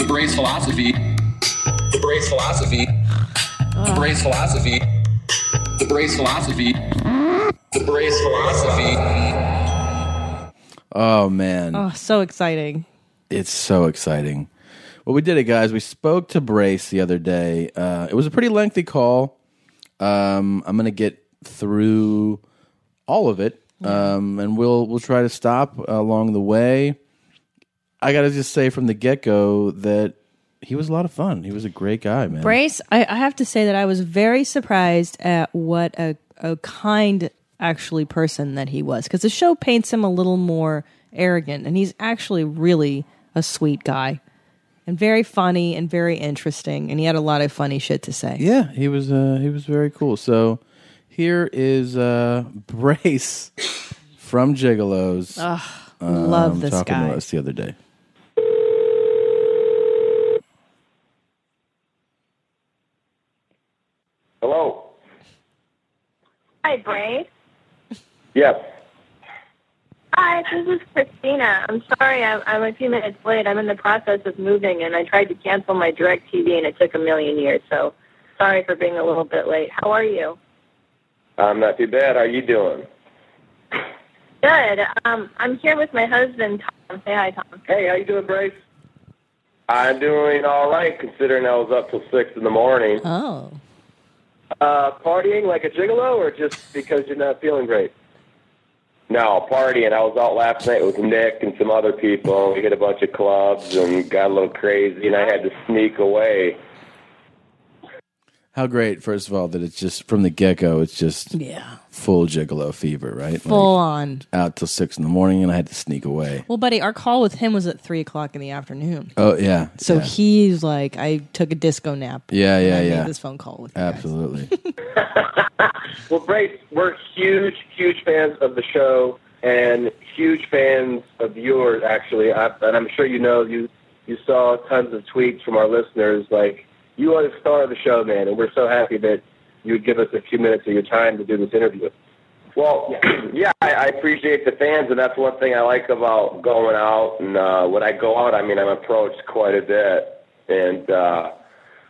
Embrace philosophy. Embrace philosophy. Embrace philosophy. Embrace philosophy. Embrace philosophy.
Oh, man.
Oh, so exciting.
It's so exciting. Well, we did it, guys. We spoke to Brace the other day. Uh, it was a pretty lengthy call. Um, I'm going to get through all of it, um, and we'll we'll try to stop along the way. I got to just say from the get go that he was a lot of fun. He was a great guy, man.
Brace, I, I have to say that I was very surprised at what a, a kind, actually, person that he was. Because the show paints him a little more arrogant, and he's actually really a sweet guy. And very funny and very interesting. And he had a lot of funny shit to say.
Yeah, he was uh, he was very cool. So here is uh, Brace from Gigolos.
Ugh, love this
talking
guy.
to us the other day.
Hello.
Hi, Brace.
Yes.
Hi, this is Christina. I'm sorry I'm, I'm a few minutes late. I'm in the process of moving, and I tried to cancel my direct TV, and it took a million years. So sorry for being a little bit late. How are you?
I'm not too bad. How you doing?
Good. Um, I'm here with my husband, Tom. Say hi, Tom.
Hey, how you doing, Brace? I'm doing all right considering I was up till six in the morning.
Oh.
Uh, partying like a gigolo, or just because you're not feeling great? No, partying. I was out last night with Nick and some other people. and We hit a bunch of clubs and got a little crazy, and I had to sneak away.
How great, first of all, that it's just from the get go, it's just
Yeah.
full gigolo fever, right?
Full on.
Out till six in the morning, and I had to sneak away.
Well, buddy, our call with him was at three o'clock in the afternoon.
Oh, yeah.
So
yeah.
he's like, I took a disco nap.
Yeah,
when
yeah,
I made
yeah.
this phone call with
Absolutely.
Well, Brace, we're huge, huge fans of the show and huge fans of yours, actually. I, and I'm sure you know you you saw tons of tweets from our listeners. Like you are the star of the show, man, and we're so happy that you would give us a few minutes of your time to do this interview. Well, yeah, I, I appreciate the fans, and that's one thing I like about going out. And uh, when I go out, I mean, I'm approached quite a bit, and uh,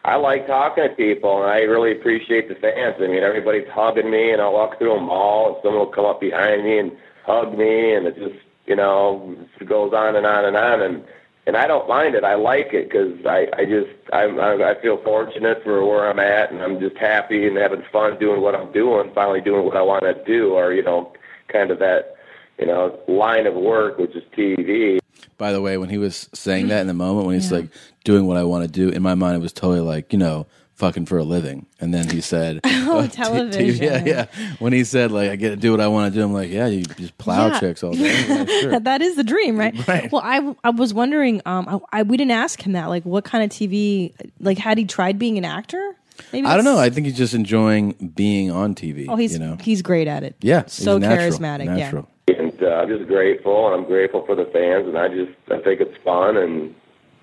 I like talking to people, and I really appreciate the fans. I mean, everybody's hugging me, and I walk through a mall, and someone will come up behind me and hug me, and it just, you know, it goes on and on and on, and and I don't mind it. I like it because I I just I, I I feel fortunate for where I'm at, and I'm just happy and having fun doing what I'm doing, finally doing what I want to do, or you know, kind of that, you know, line of work, which is TV.
By the way, when he was saying that in the moment, when he's like doing what I want to do, in my mind, it was totally like, you know, fucking for a living. And then he said,
Oh,
t- t-
television.
yeah, yeah. When he said, like, I get to do what I want to do, I'm like, yeah, you just plow
Yeah.
chicks all day.
that is the dream, right?
Right.
Well, I I was wondering, um, I, I we didn't ask him that. Like, what kind of TV? Like, had he tried being an actor? Maybe
I don't know.
that's-
I think he's just enjoying being on TV.
oh, he's
you know?
he's great at it.
Yeah, he's
so
natural,
charismatic.
natural.
and uh, I'm just grateful, and I'm grateful for the fans, and I just I think it's fun, and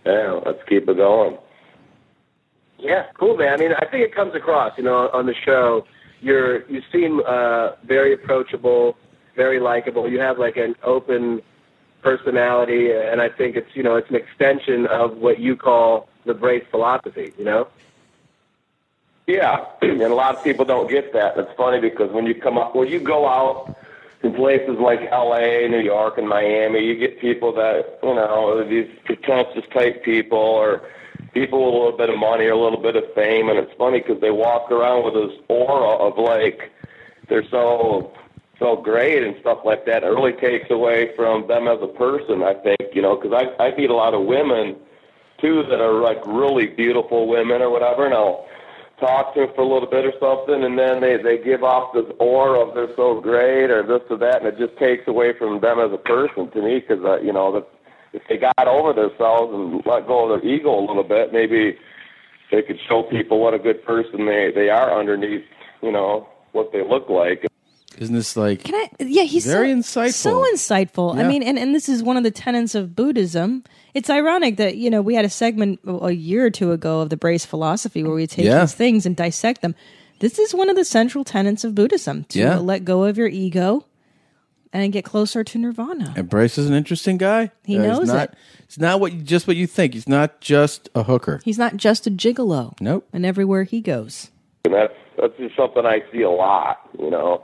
yeah, let's keep it going. Yeah, cool, man. I mean, I think it comes across, you know, on the show. You're you seem uh, very approachable, very likable. You have like an open personality, and I think it's you know it's an extension of what you call the brace philosophy. You know. Yeah, and a lot of people don't get that. It's funny because when you come up, when you go out in places like L.A., New York, and Miami, you get people that you know are these pretentious type people or people with a little bit of money or a little bit of fame, and it's funny because they walk around with this aura of like they're so so great and stuff like that. It really takes away from them as a person, I think, you know, because I I meet a lot of women too that are like really beautiful women or whatever, and I'll talk to them for a little bit or something, and then they they give off this aura of they're so great or this or that, and it just takes away from them as a person to me because uh, you know that if they got over themselves and let go of their ego a little bit, maybe they could show people what a good person they they are underneath, you know what they look like.
Isn't this like
Can I? Yeah, he's
Very
so,
insightful.
So insightful. I
Yeah.
mean, and, and this is one of the tenets of Buddhism. It's ironic that you know we had a segment a year or two ago of the Brace philosophy where we take
Yeah.
these things and dissect them. This is one of the central tenets of Buddhism: to
Yeah.
let go of your ego and get closer to nirvana.
And Bryce is an interesting guy.
He knows
he's not,
it.
It's not what you, just what you think. He's not just a hooker.
He's not just a gigolo.
Nope.
And everywhere he goes.
And that's that's just something I see a lot, you know.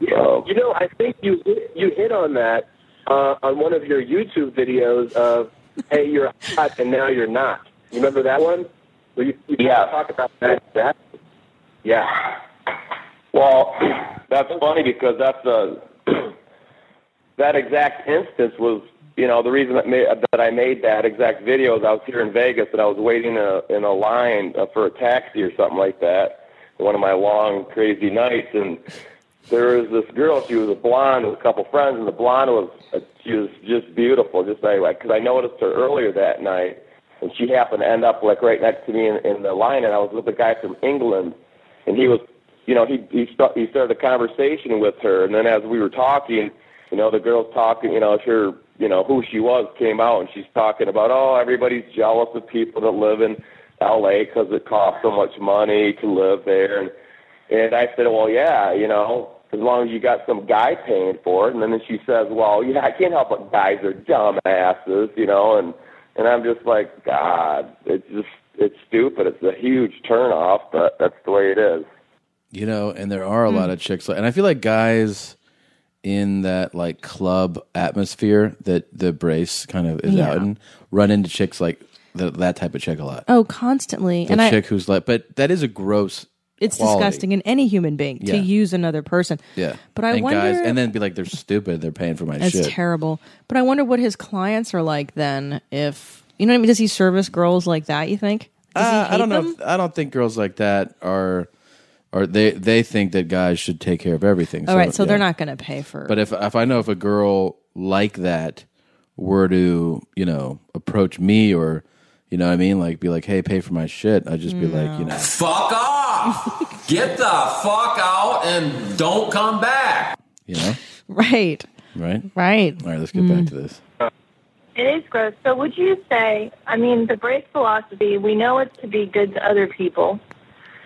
Yeah, you know, I think you hit- you hit on that uh, on one of your YouTube videos of, "Hey, you're hot and now you're not." You remember that one? Well, you, you yeah, talk about that. that. Yeah. Well, that's funny because that's a that exact instance was you know the reason that, ma- that I made that exact video is I was here in Vegas and I was waiting in a, in a line uh, for a taxi or something like that. One of my long crazy nights and there was this girl. She was a blonde with a couple friends, and the blonde was uh, she was just beautiful. Just like because I noticed her earlier that night, and she happened to end up like right next to me in, in the line. And I was with a guy from England, and he was, you know, he he, st- he started a conversation with her, and then as we were talking,
you know, the girl's talking, you know, it's her, you know, who she was came out and she's talking about, oh, everybody's jealous of people that live in L.A. because it costs so much money to live there. And, and I said, well, yeah, you know, as long as you got some guy paying for it. And then she says, well, yeah, I can't help it. Guys are dumbasses, you know, and, and I'm just like, God, it's just, it's stupid. It's a huge turnoff, but that's the way it is.
you know, and there are a
Hmm.
lot of chicks, like- and I feel like guys in that like club atmosphere that the brace kind of is
Yeah.
out in run into chicks like th- that type of chick a lot.
Oh, constantly.
The
and I,
chick who's like, but that is a gross.
it's
quality.
disgusting in any human being
Yeah.
to use another person.
Yeah,
But I
and guys,
wonder-
and then be like, they're stupid. They're paying for my
That's
shit.
terrible. But I wonder what his clients are like then. If you know what I mean, does he service girls like that? You think? Does he
Uh, I
hate
don't know.
them?
If, I don't think girls like that are, are they? They think that guys should take care of everything.
All right, so
yeah.
they're not going to pay for.
But if if I know if a girl like that were to you know approach me or you know what I mean like be like hey pay for my shit I'd just be like you know
Fuck off! Get the fuck out and don't come back.
you know
right
right
right.
all right let's get
Mm.
back to this
It is gross. So would you say, I mean, the brace philosophy, we know it's to be good to other people.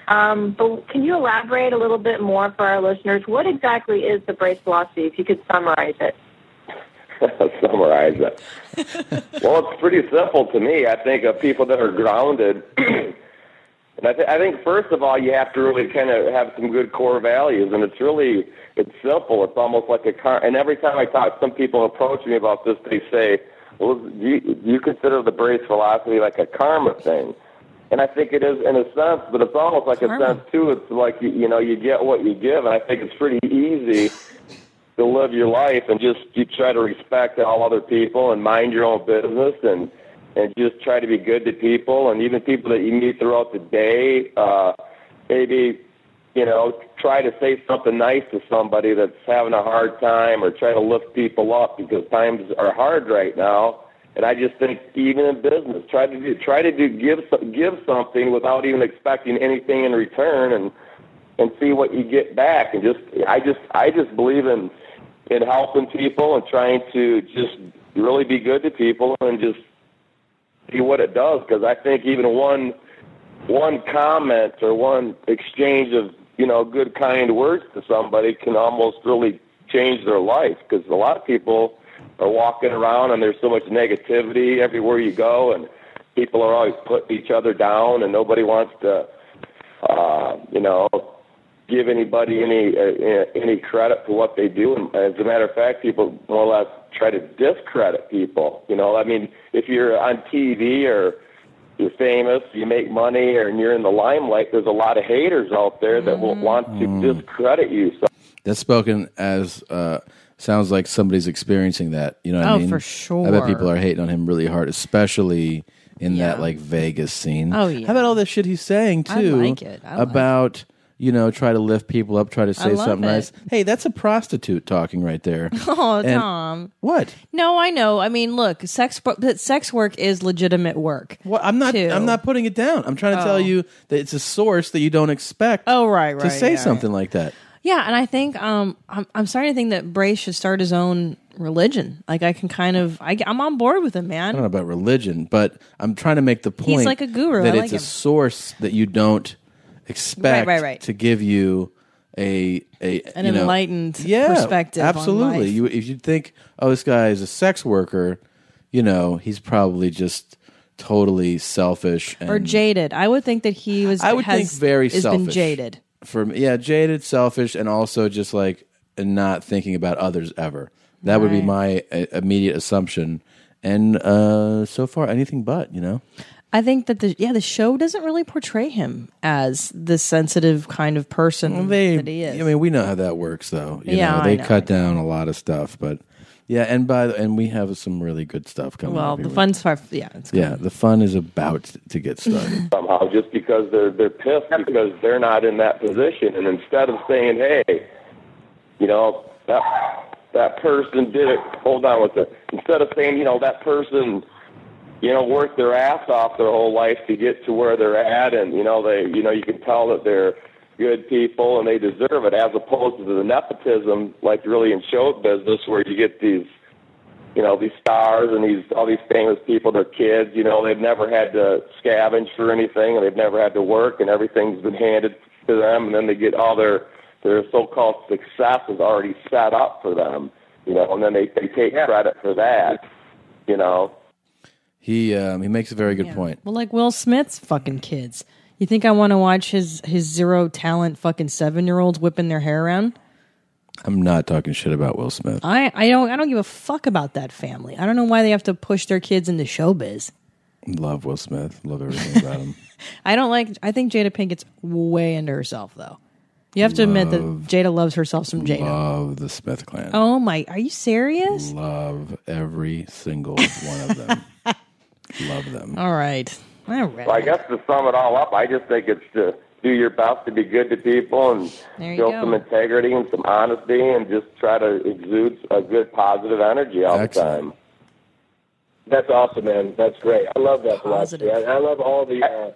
Um, but can you elaborate a little bit more for our listeners? What exactly is the brace philosophy, if you could summarize it?
summarize it. well, it's pretty simple to me. I think of people that are grounded, and I, th- I think first of all, you have to really kind of have some good core values, and it's really it's simple. It's almost like a car. And every time I talk, some people approach me about this. They say, "Well, do you, do you consider the brace philosophy like a karma thing?" And I think it is in a sense, but it's almost like
Karma.
a sense too. It's like you, you know, you get what you give, and I think it's pretty easy to live your life and just you try to respect all other people and mind your own business and and just try to be good to people and even people that you meet throughout the day uh maybe you know try to say something nice to somebody that's having a hard time or try to lift people up because times are hard right now and i just think even in business try to do, try to do give some- give something without even expecting anything in return and and see what you get back and just i just i just believe in in helping people and trying to just really be good to people and just see what it does because i think even one one comment or one exchange of you know good kind words to somebody can almost really change their life because a lot of people are walking around and there's so much negativity everywhere you go and people are always putting each other down and nobody wants to uh, you know, give anybody any uh, any credit for what they do. And as a matter of fact, people more or less try to discredit people. You know, I mean, if you're on TV or you're famous, you make money, or and you're in the limelight, there's a lot of haters out there that will want to discredit you. So
that's spoken as uh sounds like somebody's experiencing that you know what I
Oh,
mean
for
I bet people
sure.
are hating on him really hard especially in that like Vegas scene
Oh yeah.
How about all this shit he's saying
I
too
like it. I like
about you know try to lift people up try to say
love
something
it.
nice hey that's a prostitute talking right there
Oh,
And-
Tom.
What?
No, I know. I mean, look, sex, bu- but sex work is legitimate work.
What? I'm not. I'm not putting it down. I'm trying to tell
Oh.
you that it's a source that you don't expect. Oh
right,
To
right,
say
yeah,
something like that.
Yeah, and I think um, I'm I'm starting to think that Bray should start his own religion. Like I can kind of I, am on board with him,
I
man.
don't know about religion, but I'm trying to make the point.
like a guru.
That
I
it's
like him.
a source that you don't expect.
Right, right, right.
To give you a a
An
you know-
enlightened
yeah,
perspective on
Absolutely.
life.
You if you think, oh, this guy is a sex worker, you know, he's probably just totally selfish and
or jaded. I would think that he was.
I would
has,
think very
has
selfish.
been jaded.
for me, yeah, jaded, selfish, and also just like not thinking about others ever. That would be my uh, immediate assumption. And uh, so far, anything but, you know?
I think that the yeah the show doesn't really portray him as the sensitive kind of person that he is.
I mean, we know how that works, though. You
Yeah,
know,
I
they
know,
cut down a lot of stuff, but yeah, and by the, and we have some really good stuff coming.
well,
up
the
here.
fun part, yeah, it's
yeah, the fun is about to get started.
somehow just because they're they're pissed because they're not in that position and instead of saying hey you know that that person did it hold on with it instead of saying you know that person you know worked their ass off their whole life to get to where they're at and you know they you know you can tell that they're good people and they deserve it, as opposed to the nepotism, like really in show business, where you get these, you know, these stars and these all these famous people, their kids. You know, they've never had to scavenge for anything, and they've never had to work, and everything's been handed to them, and then they get all their their so-called success is already set up for them. You know, and then they they take credit for that. You know.
He um, he makes a very good point.
Well, like Will Smith's fucking kids. You think I want to watch his his zero talent fucking seven year olds whipping their hair around?
I'm not talking shit about Will Smith.
I I don't I don't give a fuck about that family. I don't know why they have to push their kids into showbiz.
Love Will Smith. Love everything about him.
I don't like. I think Jada Pinkett's way into herself though. You have to admit that
Love-
Jada loves herself some Jada.
Love the Smith clan.
Oh my! Are you serious?
Love every single one of them. Love them.
All right. All right.
Well, I guess to sum it all up, I just think it's to do your best to be good to people and
There you
show
go.
some integrity and some honesty and just try to exude a good positive energy all the time.
That's awesome, man. That's great. I love that philosophy. I, I love all the uh,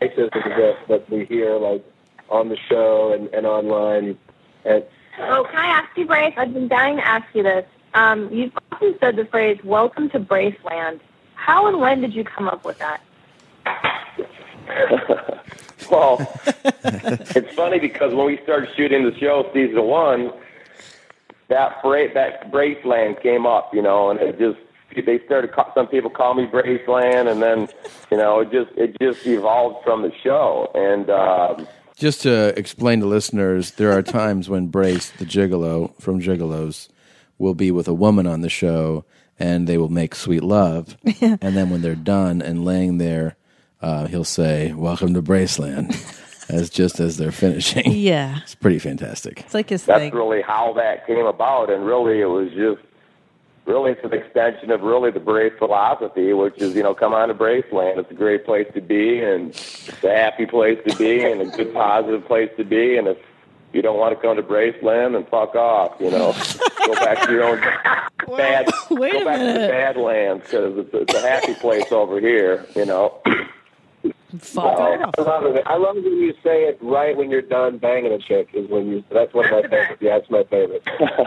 racism that, that we hear, like on the show and, and online. And
Oh, can I ask you, Brace? I've been dying to ask you this. Um, you've often said the phrase "Welcome to Braceland." How and when did you come up with that?
well, it's funny because when we started shooting the show season one, that bra- that Braceland came up, you know, and it just they started ca- some people call me Braceland, and then you know it just it just evolved from the show and. Um,
Just to explain to listeners, there are times when Brace, the gigolo from Gigolos, will be with a woman on the show and they will make sweet love. and then when they're done and laying there, uh, he'll say, Welcome to Braceland, as just as they're finishing.
Yeah.
It's pretty fantastic.
It's like his
That's
thing.
really how that came about, and really it was just really it's an extension of really the Brace philosophy, which is you know come on to Braceland. It's a great place to be, and it's a happy place to be, and a good positive place to be. And if you don't want to come to Braceland, then fuck off. You know, go back to your own bad,
wait
go back to the badlands because it's, it's a happy place over here. You know.
Well, I love it. I love it when you say it right when you're done banging a chick. Is when you. That's one of my favorites. Yeah, that's my favorite.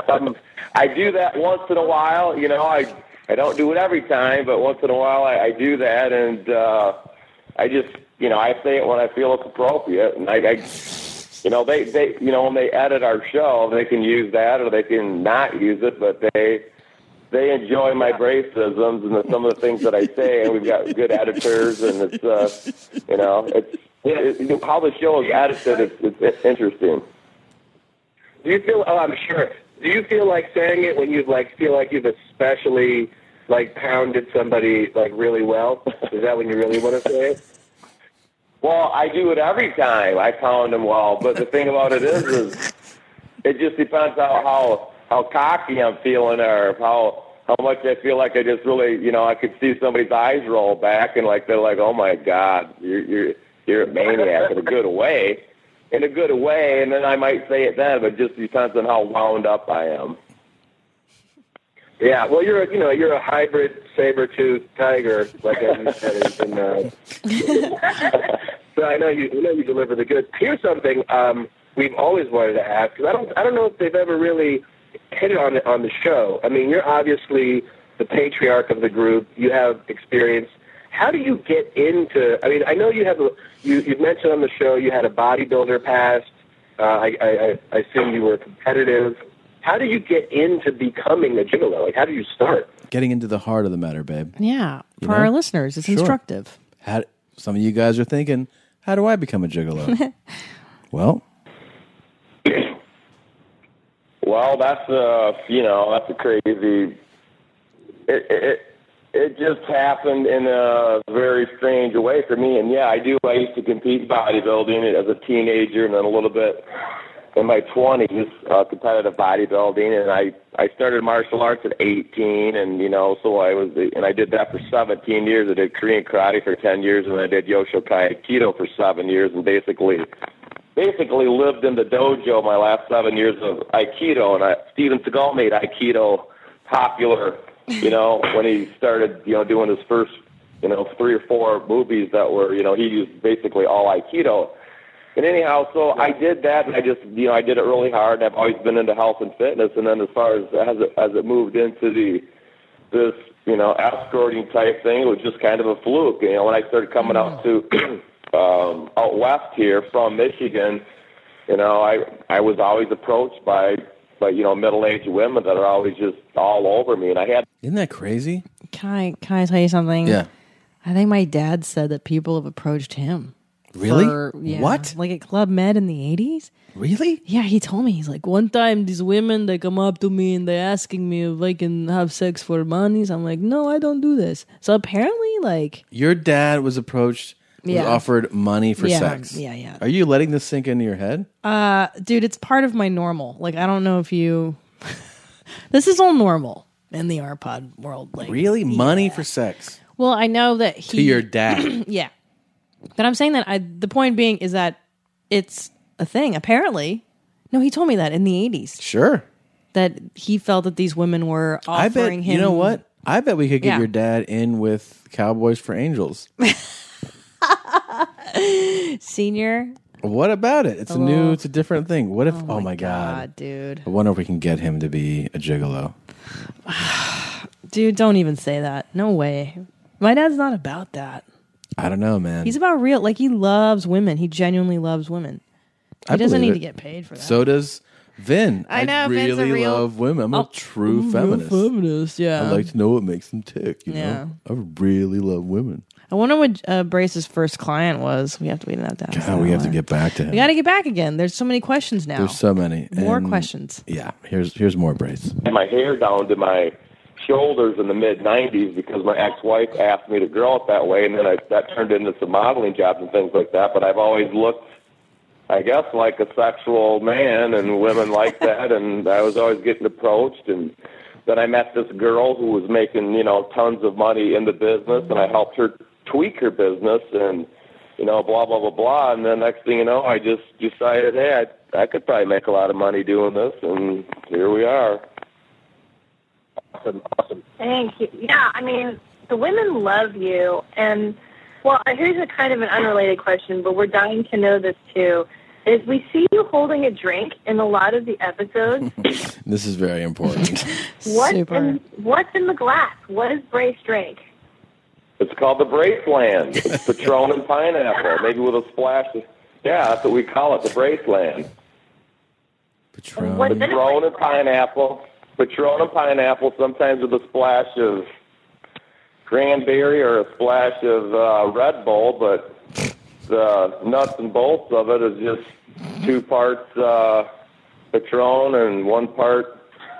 um, I do that once in a while. You know, I I don't do it every time, but once in a while I, I do that, and uh, I just you know I say it when I feel it's appropriate, and I, I you know they they you know when they edit our show they can use that or they can not use it, but they. They enjoy my bracisms and the, some of the things that I say, and we've got good editors, and it's uh, you know it's it, it, how the show is edited. It's, it's interesting.
Do you feel? Oh, I'm sure. Do you feel like saying it when you like feel like you've especially like pounded somebody like really well? Is that when you really want to say it?
Well, I do it every time. I pound them well, but the thing about it is, is it just depends how how how cocky I'm feeling or how how much I feel like I just really you know I could see somebody's eyes roll back and like they're like, oh my god, you're you're you're a maniac in a good way, in a good way, and then I might say it then, but it just depends on how wound up I am.
um, Yeah, well, you're a, you know you're a hybrid saber tooth tiger, like I said. In, in, uh, so I know you, I know you deliver the goods. Here's something um, we've always wanted to ask because I don't I don't know if they've ever really hit it on the, on the show. I mean, you're obviously the patriarch of the group. You have experience. How do you get into? I mean, I know you have a- you you've mentioned on the show you had a bodybuilder past. Uh, I, I I- I assume you were competitive. How do you get into becoming a gigolo? Like, how do you start?
Getting into the heart of the matter, babe.
Yeah.
You
For our
know?
listeners, it's
Sure.
instructive.
How, some of you guys are thinking, How do I become a gigolo? well,
Well, that's uh, you know, that's a crazy. It it it just happened in a very strange way for me, and yeah, I do. I used to compete in bodybuilding as a teenager, and then a little bit in my twenties, uh, competitive bodybuilding, and I I started martial arts at eighteen, and you know, so I was, and I did that for seventeen years. I did Korean karate for ten years, and I did Yoshokai Aikido for seven years, and basically basically lived in the dojo my last seven years of Aikido, and I, Steven Seagal made Aikido popular. You know, when he started, you know, doing his first, you know, three or four movies that were, you know, he used basically all Aikido. But anyhow, so I did that, and I just you know I did it really hard. I've always been into health and fitness, and then as far as as it, as it moved into the this you know escorting type thing, it was just kind of a fluke. You know, when I started coming out to um, out west here from Michigan, you know I I was always approached by by you know middle aged women that are always just all over me, and I had
Isn't that crazy?
Can I can I tell you something?
Yeah.
I think my dad said that people have approached him.
Really?
for- yeah,
What?
Like at Club Med in the eighties?
Really?
Yeah, he told me. He's like, one time these women they come up to me and they asking me if I can have sex for monies. I'm like, no, I don't do this. So apparently, like,
Your dad was approached, was
Yeah.
offered money for
Yeah,
sex.
yeah, yeah.
Are you letting this sink into your head?
uh, dude, it's part of my normal. Like, I don't know if you. this is all normal in the RPod world. Like,
really? Money for sex
well, I know that he
to your dad?
yeah. But I'm saying that I the point being is that it's a thing apparently. No, he told me that in the 80s
sure.
that he felt that these women were offering
I bet
him
you know what? I bet we could get
Yeah.
your dad in with Cowboys for Angels. Oh
senior
What about it? It's a new.
Hello?
It's a different thing. What if? Oh my, god.
dude.
I wonder if we can get him to be a gigolo.
Dude, don't even say that. No way. My dad's not about that.
I don't know, man.
He's about real like he loves women. He genuinely loves women. He
I
doesn't
believe
need
it.
to get paid for that.
So does Vin.
I know,
really
Vin's a real-
love women. I'm a
Oh, I'm
true
a real
feminist.
feminist, yeah.
I like to know what makes them tick. You
Yeah.
know, I really love women.
I wonder what uh, Brace's first client was. We have to we didn't have to ask
God,
that
we have to
one.
get back to him.
We got to get back again. There's so many questions now.
There's so many
More
And,
questions.
Yeah, here's here's more brace.
had my hair down to my shoulders in the mid 90s because my ex-wife asked me to grow it that way, and then I, that turned into some modeling jobs and things like that. But I've always looked, I guess, like a sexual man, and women like that, and I was always getting approached. And then I met this girl who was making, you know, tons of money in the business, and I helped her tweak her business and. You know, blah blah blah blah, and then next thing you know, I just decided, hey, I, I could probably make a lot of money doing this, and here we are. Awesome, awesome.
Thank you. Yeah, I mean, the women love you. And, well, here's a kind of an unrelated question, but we're dying to know this too. Is we see you holding a drink in a lot of the episodes.
This is very important.
What's,
Super.
in, what's in the glass? What is Brace drink?
It's called the Braceland. It's Patron and pineapple, uh, maybe with a splash. Of, yeah, that's what we call it, the Braceland.
Uh,
Patron.
What's in it?
Patron and pineapple. Patron and pineapple, sometimes with a splash of cranberry or a splash of uh, Red Bull, but the nuts and bolts of it is just two parts uh, Patron and one part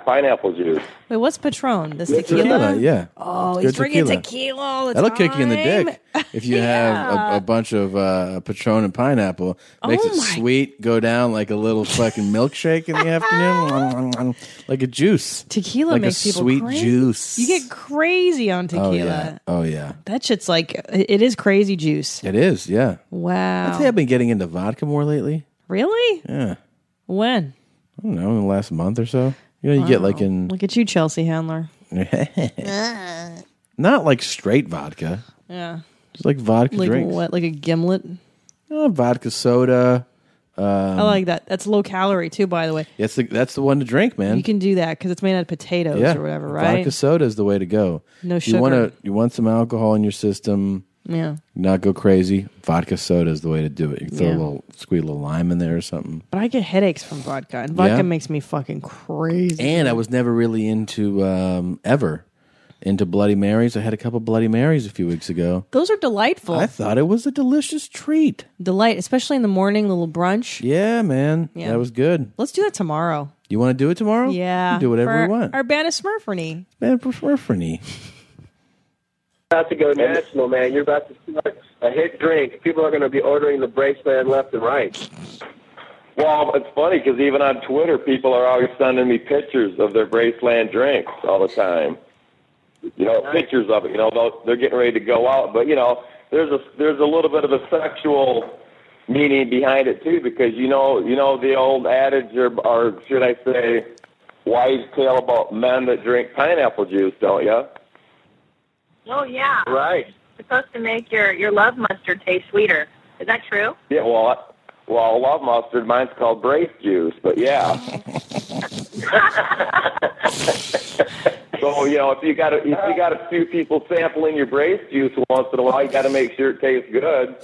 pineapple juice.
Wait, what's Patron? This
It's
tequila?
tequila, yeah.
Oh,
It's
he's
good
drinking
tequila.
tequila. all the
That'll
time.
kick you in the dick if you have a, a bunch of uh, Patron and pineapple. Makes
Oh
it
my-
sweet, go down like a little fucking milkshake in the afternoon, like a juice.
Tequila
like
makes
a
people
sweet
crazy.
juice.
You get crazy on tequila.
Oh yeah, oh yeah,
That shit's like it is crazy juice.
it is. Yeah,
Wow.
I'd say I've been getting into vodka more lately.
Really?
Yeah,
When?
I don't know, in the last month or so. You know, you get
Wow.
like in
Look at you, Chelsea Handler.
not like straight vodka,
Yeah.
just like vodka
Like
drinks,
what? Like a gimlet?
Oh, vodka soda. Um,
I like that. That's low calorie too, by the way.
That's the that's the one to drink, man.
You can do that because it's made out of potatoes or whatever, right?
Vodka soda is the way to go.
No
You
sugar.
want to you want some alcohol in your system,
yeah.
not go crazy. Vodka soda is the way to do it. You throw
Yeah.
a little squeeze a little lime in there or something.
But I get headaches from vodka, and vodka
Yeah.
makes me fucking crazy.
And I was never really into um, ever into Bloody Marys. I had a couple Bloody Marys a few weeks ago.
Those are delightful.
I thought it was a delicious treat.
Delight, especially in the morning, little brunch.
Yeah, man,
Yeah.
that was good.
Let's do that tomorrow.
You want to do it tomorrow?
Yeah.
You do whatever
for
we want.
Our Band of Smurferny.
man, prefer for me.
About to go national, man. You're about to start a hit drink. People are going to be ordering the bracelet left and right.
Well, it's funny because even on Twitter, people are always sending me pictures of their Braceland drinks all the time. You know, pictures of it. You know, they'll- they're getting ready to go out, but you know, there's a there's a little bit of a sexual meaning behind it too, because you know, you know the old adage, or, or should I say, wise tale about men that drink pineapple juice, don't you?
Oh, yeah.
Right.
It's supposed to make your, your love mustard taste sweeter. Is that true?
Yeah. Well,
Well, I love mustard. Mine's called brace juice, but yeah. so you know, if you got a, if you got a few people sampling your brace juice once in a while, you got to make sure it tastes good.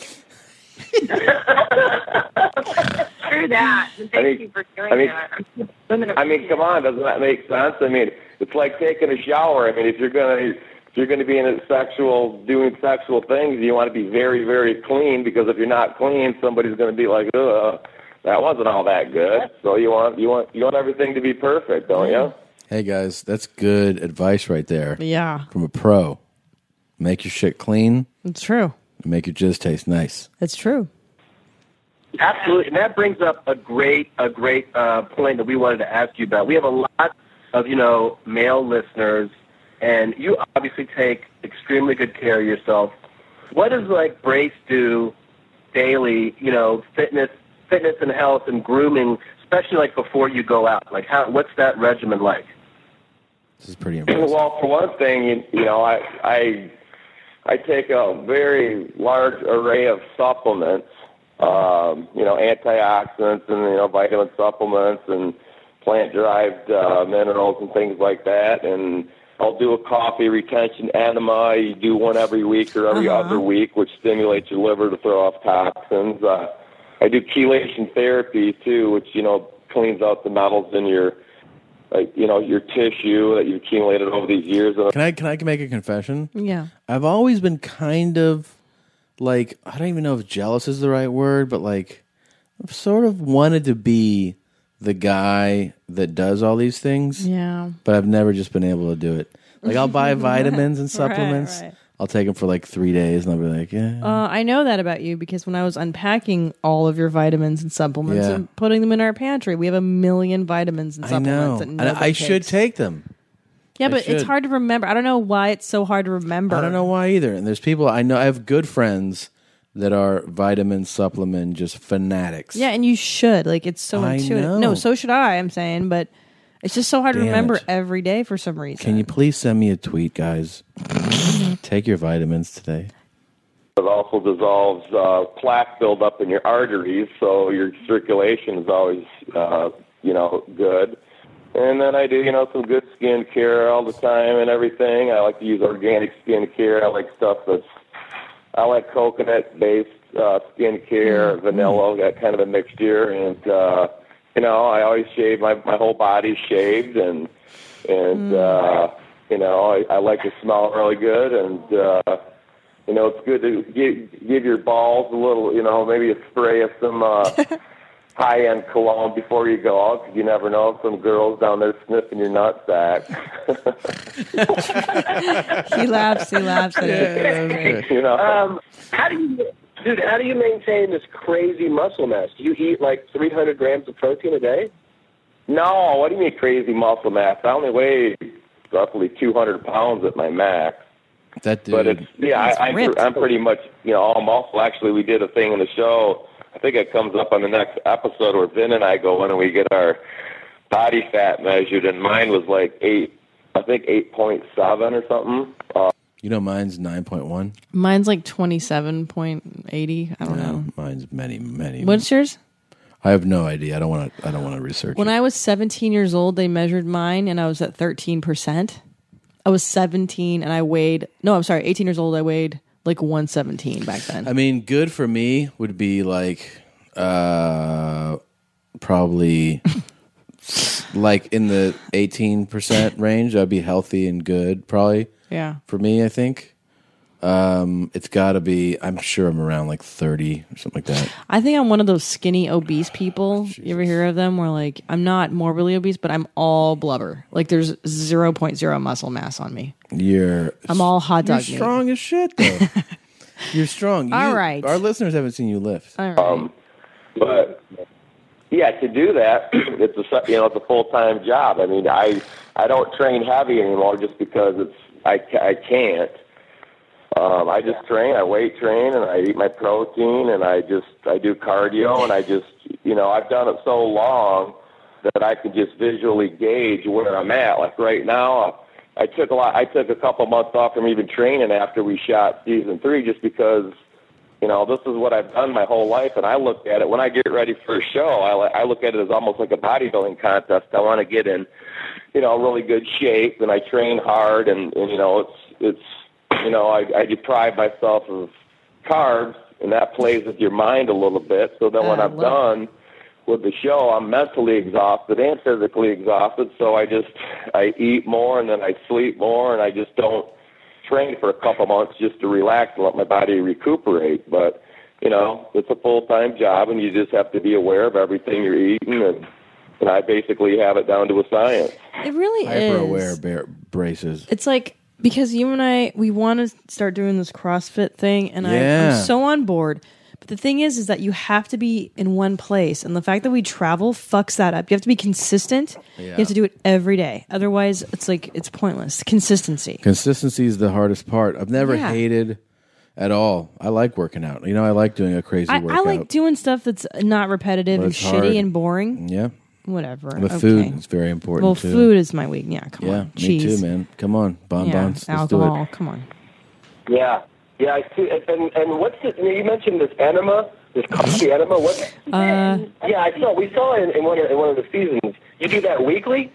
True that. Thank
I mean-
you for doing
I mean,
that.
I mean, come on, doesn't that make sense? I mean, it's like taking a shower. I mean, if you're gonna if you're gonna be in a sexual doing sexual things, you want to be very very clean because if you're not clean, somebody's gonna be like, ugh, that wasn't all that good. So you want you want you want everything to be perfect, don't you?
Hey guys, that's good advice right there.
Yeah.
From a pro. Make your shit clean
It's true.
and make your jizz taste nice.
It's true.
Absolutely, and that brings up a great a great uh, point that we wanted to ask you about. We have a lot of you know male listeners, and you obviously take extremely good care of yourself. What does like Brace do daily? You know, fitness, fitness and health and grooming, especially like before you go out. Like, how what's that regimen like?
This is pretty
well, for one thing, you, you know, I I I take a very large array of supplements, um, you know, antioxidants and you know vitamin supplements and plant-derived uh, minerals and things like that. And I'll do a coffee retention enema. You do one every week or every
Uh-huh.
other week, which stimulates your liver to throw off toxins. Uh, I do chelation therapy too, which you know cleans out the metals in your like you know your tissue that you've accumulated over these years.
Can I can I make a confession?
Yeah.
I've always been kind of like I don't even know if jealous is the right word, but like I've sort of wanted to be the guy that does all these things.
Yeah.
But I've never just been able to do it. Like I'll buy vitamins and
Right,
supplements.
right.
I'll take them for like three days, and I'll be like, yeah.
Uh, I know that about you because when I was unpacking all of your vitamins and supplements
Yeah.
and putting them in our pantry, we have a million vitamins and
I know.
supplements.
And
That
I should take them.
Yeah,
I
but it's
should.
hard to remember. I don't know why it's so hard to remember.
I don't know why either. And there's people I know. I have good friends that are vitamin supplement just fanatics.
Yeah, and you should. Like it's so
I
intuitive.
know.
No, so should I, I'm saying, but it's just so hard
Damn
to remember
it.
every day for some reason.
Can you please send me a tweet, guys? Take your vitamins today.
It also dissolves uh, plaque buildup in your arteries, so your circulation is always uh, you know good. And then I do you know some good skin care all the time and everything. I like to use organic skin care. I like stuff that's I like coconut based uh, skin care, vanilla, that kind of a mixture. And uh, you know I always shave my my whole body's shaved and and uh, you know I, I like to smell really good and. Uh, you know, it's good to give, give your balls a little, you know, maybe a spray of some uh, high end cologne before you go out 'cause you never know. Some girls down there sniffing your nutsack.
he laughs, he laughs at it.
you know,
Um, how do you, dude? How do you maintain this crazy muscle mass? Do you eat like 300 grams of protein a day?
no, what do you mean crazy muscle mass? I only weigh roughly 200 pounds at my max.
That
But it's yeah,
That's
I, I'm,
ripped.
I'm pretty much you know all muscle. Actually, we did a thing in the show. I think it comes up on the next episode where Vin and I go in and we get our body fat measured, and mine was like eight, I think eight point seven or something. Uh,
You know, mine's nine point one.
Mine's like twenty seven point eighty. I don't know.
Mine's many, many.
What's yours?
I have no idea. I don't want to. I don't want to research.
When I was 17 years old, they measured mine and I was at 13%. I was 17 and I weighed, no, I'm sorry, 18 years old, I weighed like 117 back then.
I mean, good for me would be like uh probably like in the eighteen percent range. I'd be healthy and good, probably.
Yeah.
For me, I think um it's got to be. I'm sure I'm around like thirty or something like that.
I think I'm one of those skinny, obese people.
Oh,
You ever hear of them where like I'm not morbidly obese, but I'm all blubber. Like there's 0.0 muscle mass on me.
You're
I'm all hot
You're
dog. meat.
strong as shit, though. You're strong. You-
All right.
Our listeners haven't seen you lift.
All right.
Um, but yeah, to do that, it's a se- you know it's a full time job. I mean, I I don't train heavy anymore just because it's I ca- I can't. Um, I just train. I weight train, and I eat my protein, and I just I do cardio, and I just you know I've done it so long that I can just visually gauge where I'm at. Like right now, I took a lot. I took a couple months off from even training after we shot season three, just because
you know, this is what I've done my whole life, and I look at it when I get ready for a show. I, li- I look at it as almost like a bodybuilding contest. I want to get in, you know, really good shape, and I train hard, and, and you know, it's it's you know, I, I deprive myself of carbs, and that plays with your mind a little bit. So then when
Ah,
I'm
love it.
done with the show, I'm mentally exhausted and physically exhausted. So I just I eat more, and then I sleep more, and I just don't train for a couple months just to relax and let my body recuperate. But you know, it's a full time job, and you just have to be aware of everything you're eating, and, and I basically have it down to a science.
It really
Hyper
is.
aware bear- braces.
It's like because you and I we want to start doing this CrossFit thing, and I,
Yeah.
I'm so on board. But the thing is, is that you have to be in one place, and the fact that we travel fucks that up. You have to be consistent. You
Yeah.
have to do it every day. Otherwise, it's like it's pointless. Consistency.
Consistency is the hardest part. I've never
Yeah.
hated at all. I like working out. You know, I like doing a crazy
I,
workout.
I like doing stuff that's not repetitive
But
and
it's
shitty
hard.
and boring.
Yeah.
Whatever.
The
okay.
food is very important.
Well,
too.
food is my weakness. Yeah, come
yeah,
on.
me
Cheese.
too, man. Come on, bonbons.
Yeah,
Let's
alcohol.
do
Come on.
Yeah, yeah. I see. And and what's this? You mentioned this enema, this
Mm-hmm.
coffee enema. What?
Uh,
Yeah, I saw. We saw in, in one of, in one of the seasons. You do that weekly.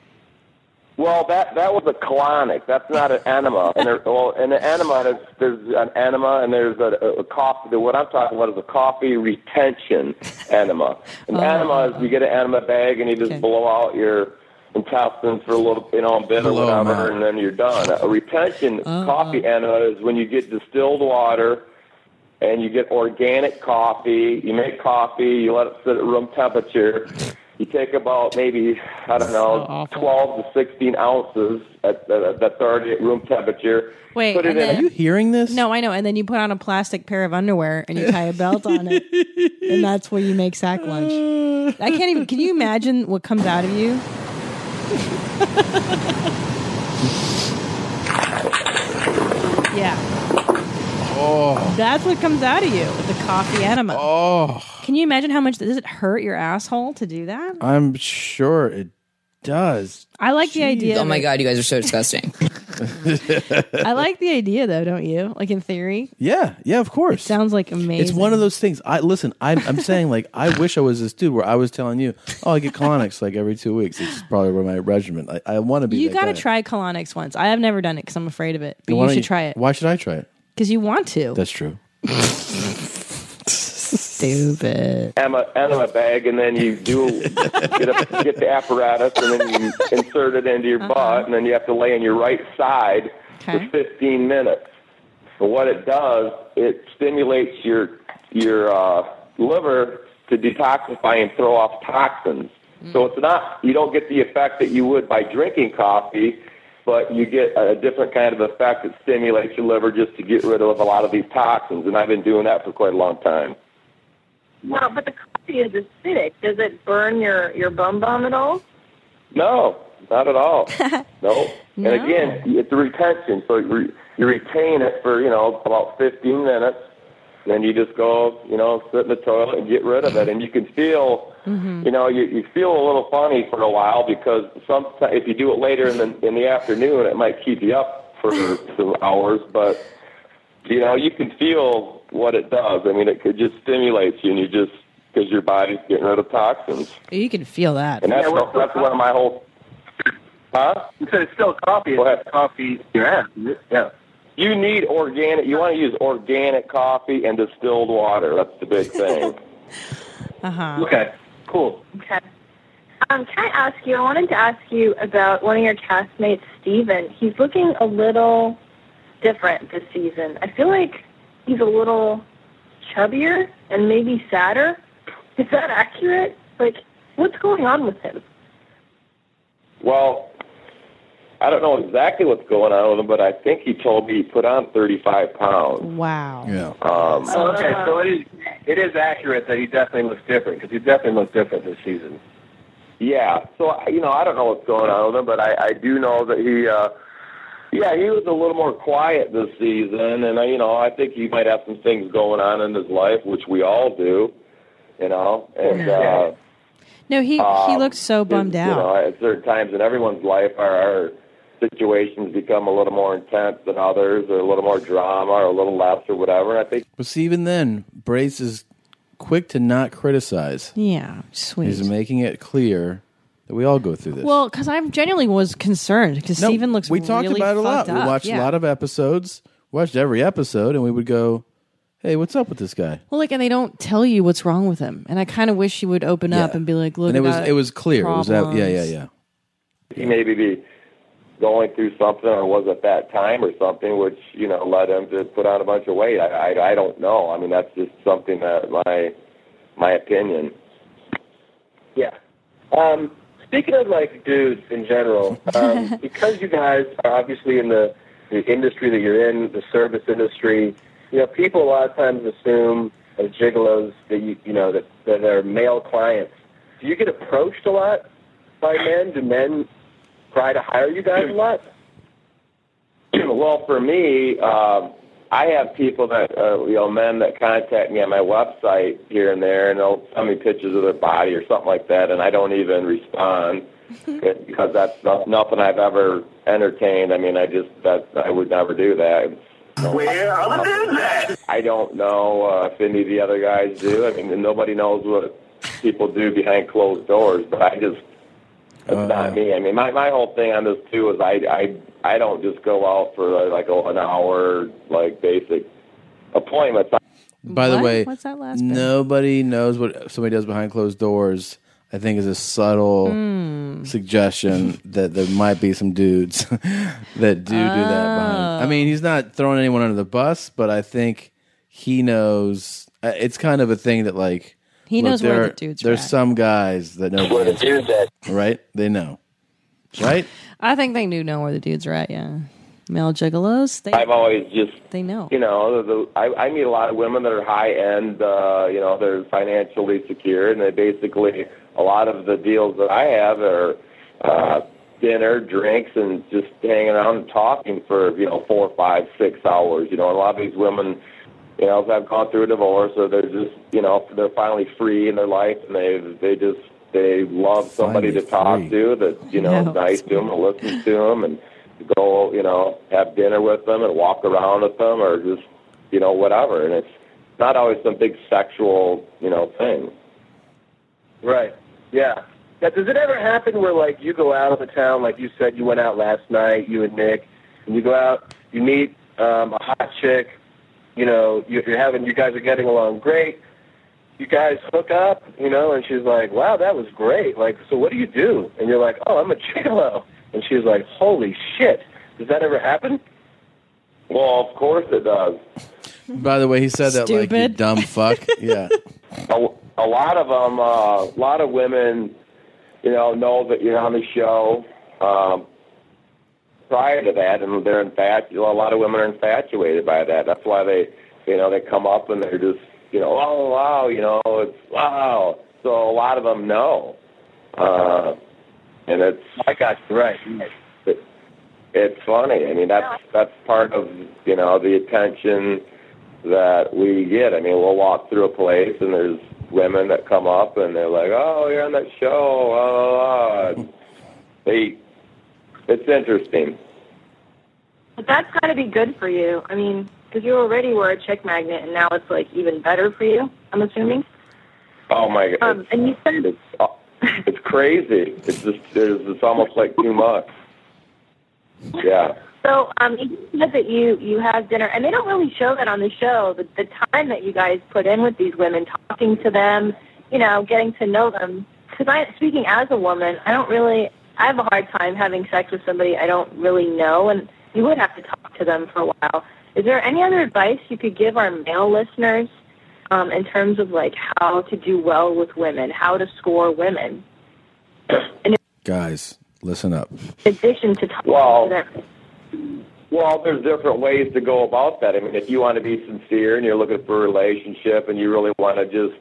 Well, that that was a colonic. That's not an enema. And there, well, and an enema there's, there's an enema, and there's a, a coffee. What I'm talking about is a coffee retention enema. An
Oh.
enema is you get an enema bag and you just blow out your intestines for a little, you know, a bit or
Blow 'em out.
whatever, and then you're done. A retention
Oh,
coffee enema is when you get distilled water and you get organic coffee. You make coffee, you let it sit at room temperature. You take about maybe I don't know, twelve to sixteen ounces at, at, that's already at room temperature.
Wait,
put it
and
in.
then- Are you
hearing this?
No, I know. And then you put on a plastic pair of underwear and you tie a belt on it, and that's where you make sack lunch. I can't even. Can you imagine what comes out of you? yeah,
Oh.
that's what comes out of you with the coffee enema.
Oh,
can you imagine how much does it hurt your asshole to do that?
it. I'm sure it does.
I like the idea.
Oh
of
my
it.
god, you guys are so disgusting.
I like the idea though, don't you? Like in theory,
Yeah, yeah, of course.
sounds like amazing.
It's one of those things. I listen. I'm, I'm saying like I wish I was this dude where I was telling you, oh, I get colonics like every two weeks. It's just probably where my regimen. I, I want to be.
You
that
got to try
guy.
colonics once. I have never done it because I'm afraid of it, but
Why
you
don't
should try it
Why should I try it?
because you want to.
That's true.
Stupid.
Enema, enema bag, and then you do get, a, get the apparatus, and then you insert it into your butt, and then you have to lay on your right side for 15 minutes. But what it does, it stimulates your your uh, liver to detoxify and throw off toxins. So it's not you don't get the effect that you would by drinking coffee, but you get a different kind of effect that stimulates your liver just to get rid of a lot of these toxins. And I've been doing that for quite a long time.
No, but the coffee is acidic. Does it burn your, your bum bum at all?
No, not at all. no.
No.
And again, it's a retention, so you, re- you retain it for you know about 15 minutes. Then you just go, you know, sit in the toilet and get rid of it, and you can feel, you know, you, you feel a little funny for a while because some if you do it later in the in the afternoon, it might keep you up for some hours, but you know, you can feel what it does. I mean, it could just stimulates you, and you just because your body's getting rid of toxins.
You can feel that.
And that's, what, that's one of my whole. Huh? You said it's still coffee. Go ahead. Coffee. Yeah. Yeah. You need organic. You want to use organic coffee and distilled water. That's the big thing.
Uh huh.
okay. Cool.
Okay. Um, can I ask you? I wanted to ask you about one of your castmates, Steven. He's looking a little different this season. I feel like he's a little chubbier and maybe sadder. Is that accurate? Like, what's going on with him?
Well, I don't know exactly what's going on with him, but I think he told me he put on 35 pounds.
Wow.
Yeah.
Um,
Oh, okay, so it is it is accurate that he definitely looks different because he definitely looks different this season.
Yeah. So I- you know, I don't know what's going on with him, but I, I do know that he, uh, yeah, he was a little more quiet this season, and I, you know, I think he might have some things going on in his life, which we all do, you know, and. Uh,
No, he he
Um, uh,
looked so
is,
bummed
You know,
out.
at certain times in everyone's life are, are situations become a little more intense than others, or a little more drama, or a little less, or whatever. And I think
But see, even then, Brace is quick to not criticize.
Yeah, sweet.
He's making it clear that we all go through this.
Well, because I genuinely was concerned because
No,
Steven looks
we talked
really
about it a lot.
fucked up.
We watched
yeah.
a lot of episodes, watched every episode, and we would go, "Hey, what's up with this guy?"
Well, like, and they don't tell you what's wrong with him, and I kind of wish she would open up and be like, "Look,"
and it was
I got
it was clear. It was out, yeah, yeah,
problems.
yeah.
he maybe be going through something or was at that time or something which you know led him to put on a bunch of weight i i, I don't know i mean that's just something that my my opinion
Yeah. Um, speaking of like dudes in general, um, because you guys are obviously in the, the industry that you're in, the service industry, you know, people a lot of times assume as gigolos that you you know that that are male clients. Do you get approached a lot by men? Do men try to hire you guys a lot?
well, for me, um, I have people that uh, you know men that contact me on my website here and there, and they'll send me pictures of their body or something like that, and I don't even respond because that's not, nothing I've ever entertained. I mean, I just that I would never do that. Where are the dudes at? I don't know uh, if any of the other guys do. I mean, nobody knows what people do behind closed doors, but I just that's not me. I mean, my my whole thing on this too is I I I don't just go out for uh, like a, an hour like basic appointments.
By the
What?
way,
What's that last bit?
nobody knows what somebody does behind closed doors. I think is a subtle
Mm.
suggestion that there might be some dudes that do do that. Behind. I mean, he's not throwing anyone under the bus, but I think he knows. uh, It's kind of a thing that like
He knows where
there
the dudes are
There's
at.
some guys that know where the dudes at. Right? They know. Right?
I think they do know where the dudes are at. Yeah, male gigolos. They
I've always just
they know.
you know the, the, I I meet a lot of women that are high end. Uh, you know, they're financially secure, and they basically a lot of the deals that I have are uh, dinner, drinks, and just hanging around and talking for you know four, five, six hours. You know, a lot of these women. You know, have gone through a divorce, or they're just, you know, they're finally free in their life, and they they just they love somebody to talk to that you know
No,
is nice to them and listen to them and go you know have dinner with them and walk around with them or just you know whatever and it's not always some big sexual you know thing
Right. Yeah. Now, does it ever happen where like you go out of the town, like you said, you went out last night, you and Nick, and you go out, you meet um, a hot chick, you know, you, you're having, you guys are getting along great. You guys hook up, you know, and she's like, "Wow, that was great." Like, so what do you do? And you're like, "Oh, I'm a gigolo," and she's like, "Holy shit!" Does that ever happen?
well of course it does
By the way, he said that like you
Stupid.
dumb fuck. yeah.
a, a lot of them, uh, a lot of women, you know, know that you're on the show um, prior to that, and they're infatu- A lot of women are infatuated by that. That's why they, you know, they come up and they're just, you know, oh wow, you know, it's wow. So a lot of them know, uh, and it's I got you right. It, it's funny. I mean, that's that's part of you know the attention that we get. I mean, we'll walk through a place and there's women that come up and they're like, "Oh, you're on that show." Blah, blah, blah. They, it's interesting.
But that's got to be good for you. I mean, 'cause you already were a chick magnet, and now it's like even better for you. I'm assuming.
Oh my god,
Um, and you said
it's crazy. It's just there's it's almost like too much. Yeah.
so. Um, you said that you you have dinner, and they don't really show that on the show. But the time that you guys put in with these women, talking to them, you know, getting to know them. Because I, speaking as a woman, I don't really. I have a hard time having sex with somebody I don't really know, and you would have to talk to them for a while. Is there any other advice you could give our male listeners um, in terms of like how to do well with women, how to score women,
Guys, listen up.
in addition to talking to them?
Well, there's different ways to go about that. I mean, if you want to be sincere and you're looking for a relationship and you really want to just,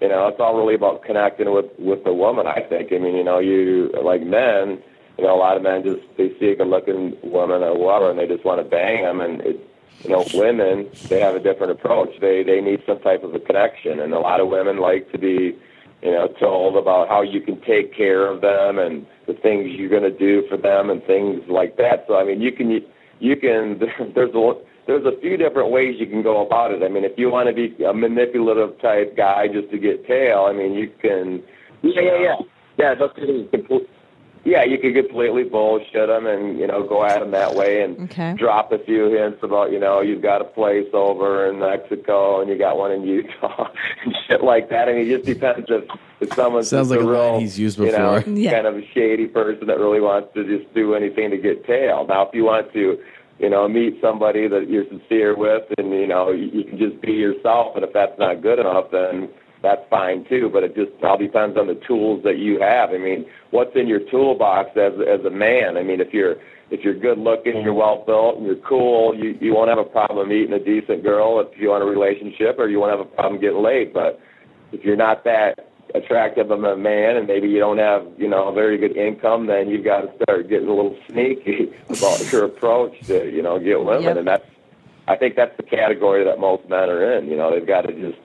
you know, it's all really about connecting with with the woman. I think. I mean, you know, you like men. You know, a lot of men just they see a good-looking woman or whatever, and they just want to bang them. And it, you know, women they have a different approach. They they need some type of a connection, and a lot of women like to be you know, told about how you can take care of them and the things you're going to do for them and things like that. So I mean, you can you can there's a there's a few different ways you can go about it. I mean, if you want to be a manipulative type guy just to get tail, I mean, you can.
Yeah, yeah, yeah.
yeah. That's yeah, you could completely bullshit them and you know go at them that way and
Okay.
drop a few hints about you know you've got a place over in Mexico and you got one in Utah and shit like that. I mean, it just depends if, if someone
Sounds like a
real,
line he's used
you know,
before. Yeah.
kind of a shady person that really wants to just do anything to get tail. Now, if you want to, you know, meet somebody that you're sincere with and you know you, you can just be yourself, and if that's not good enough, then that's fine too. But it just all depends on the tools that you have. I mean, what's in your toolbox as as a man? I mean, if you're if you're good looking, you're well built, and you're cool, you you won't have a problem meeting a decent girl if you want a relationship, or you won't have a problem getting laid. But if you're not that attractive of a man, and maybe you don't have you know a very good income, then you've got to start getting a little sneaky about your approach to you know get women,
Yep.
and that's. I think that's the category that most men are in. You know, they've got to just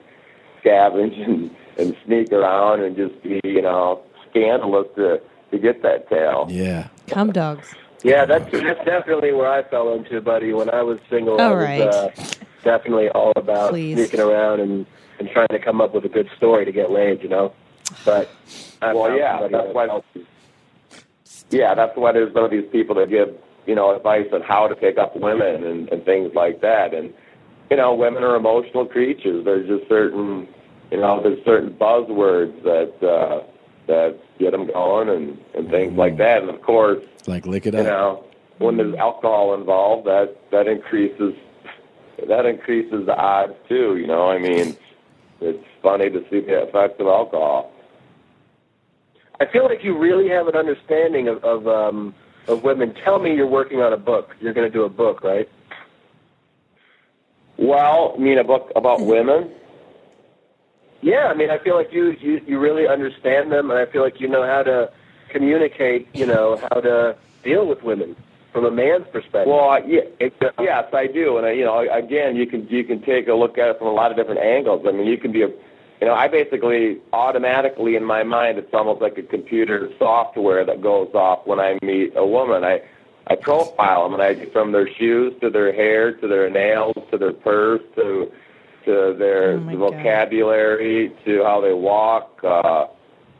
scavenge and, and sneak around and just be, you know, scandalous to, to get that tail.
Yeah.
Cum dogs.
Yeah, that's that's definitely where I fell into, buddy. When I was single,
All
I was uh, definitely all about
Please.
sneaking around and and trying to come up with a good story to get laid, you know. But I
Well,
found
yeah,
somebody
that's
that-
why. Yeah, that's why there's some of these people that give, you know, advice on how to pick up women and, and things like that. And you know, women are emotional creatures. There's just certain, you know, there's certain buzzwords that uh, that get them going and and things
Mm.
like that. And of course,
Like lick it
you
up.
know, when there's alcohol involved, that that increases that increases the odds too. You know, I mean, it's funny to see the effects of alcohol.
I feel like you really have an understanding of of, um, of women. Tell me you're working on a book. You're going to do a book, right?
Well, you mean a book about women?
Yeah, I mean, I feel like you you you really understand them, and I feel like you know how to communicate. You know how to deal with women from a man's perspective.
Well, I, yeah, it, yes, I do, and I, you know, again, you can you can take a look at it from a lot of different angles. I mean, you can be a, you know, I basically automatically in my mind, it's almost like a computer software that goes off when I meet a woman. I I profile them, and I from their shoes to their hair to their nails to their purse to to
Oh,
their vocabulary to how they walk uh,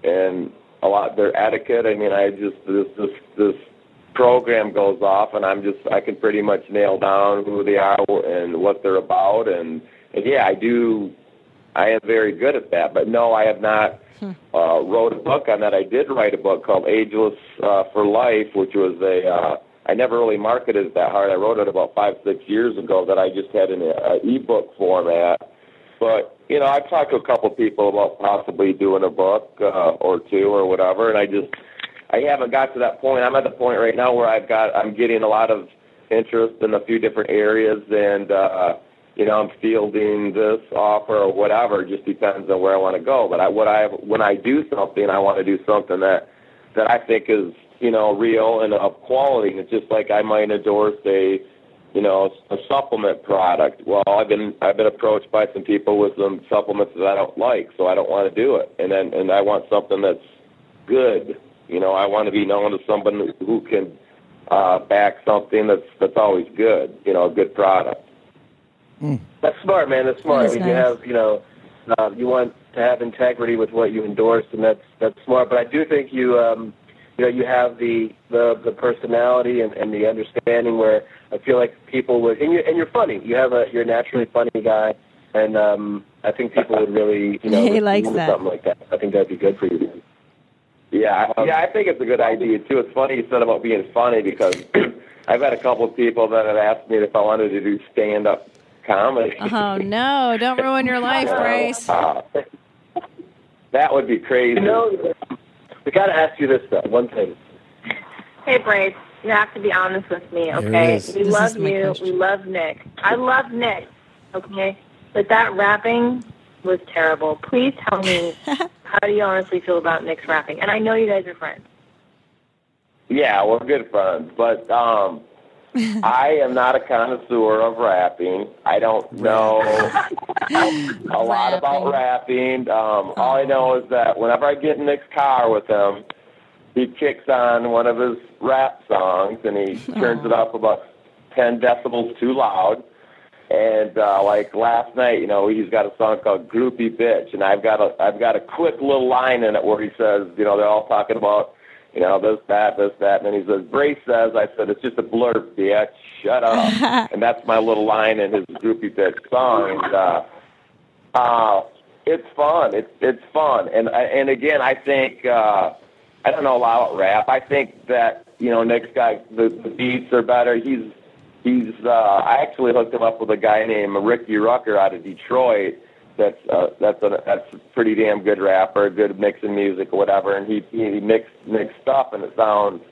and a lot their etiquette. I mean, I just this this this program goes off, and I'm just I can pretty much nail down who they are and what they're about, and and yeah, I do. I am very good at that, but no, I have not uh, wrote a book on that. I did write a book called Ageless uh, for Life, which was a uh, I never really marketed it that hard. I wrote it about five six years ago that I just had in a, a ebook format. But you know, I've talked to a couple people about possibly doing a book uh, or two or whatever, and I just I haven't got to that point. I'm at the point right now where I've got I'm getting a lot of interest in a few different areas, and uh, you know I'm fielding this offer or whatever. It just depends on where I want to go. But I, what I when I do something, I want to do something that that I think is you know real and of quality. And it's just like I might endorse a you know a supplement product. Well, I've been I've been approached by some people with some supplements that I don't like, so I don't want to do it. And then and I want something that's good. You know, I want to be known as someone who can uh, back something that's that's always good. You know, a good product.
That's smart, man. That's smart.
That's
I mean, you
nice.
have, you know, uh, you want to have integrity with what you endorse, and that's that's smart. But I do think you, um, you know, you have the the, the personality and, and the understanding where I feel like people would, and you and you're funny. You have a you're a naturally funny guy, and um, I think people would really, you know,
He
respond
likes
to
that.
something like that. I think that'd be good for you. Man.
Yeah, I- yeah, I think it's a good idea too. It's funny you said about being funny because I've had a couple of people that have asked me if I wanted to do stand up comedy.
Oh no! Don't ruin your life, Grace.
Uh, that would be crazy.
No, we gotta ask you this though. One thing.
Hey, Brace, you have to be honest with me,
Here it
okay?
is.
We
This
love
is my
you.
question.
We love Nick. I love Nick, okay? But that rapping was terrible. Please tell me, how do you honestly feel about Nick's rapping? And I know you guys are friends.
Yeah, we're good friends, but um, I am not a connoisseur of rapping. I don't know a lot about rapping. Um, all I know is that whenever I get in Nick's car with him, he kicks on one of his rap songs and he turns it up about 10 decibels too loud. And uh, like last night, you know, he's got a song called "Groupie Bitch," and I've got a I've got a quick little line in it where he says, you know, they're all talking about, you know, this that this that, and then he says, "Brace says," I said, "It's just a blurb, bitch. Shut up." and that's my little line in his "Groupie Bitch" song. And uh, uh, it's fun. It's it's fun. And uh, and again, I think uh, I don't know a lot about rap. I think that you know Nick's got the, the beats are better. He's he's uh, I actually hooked him up with a guy named Ricky Rucker out of Detroit. That's uh, that's a that's a pretty damn good rapper, good mixing music or whatever. And he he mixed mixed stuff, and it sounds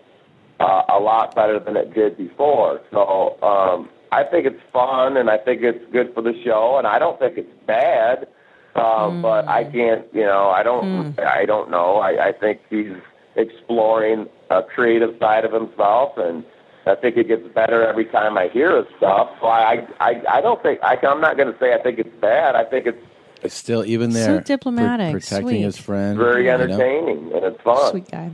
uh, a lot better than it did before. So um, I think it's fun, and I think it's good for the show, and I don't think it's bad. Uh, But I can't, you know, I don't, I don't know. I, I think he's exploring a creative side of himself, and I think it gets better every time I hear his stuff. So I, I, I don't think I, I'm not going to say I think it's bad. I think it's
It's still even there. pr-
diplomatic,
protecting
sweet.
his friend.
very
you know?
entertaining and it's fun.
Sweet guy.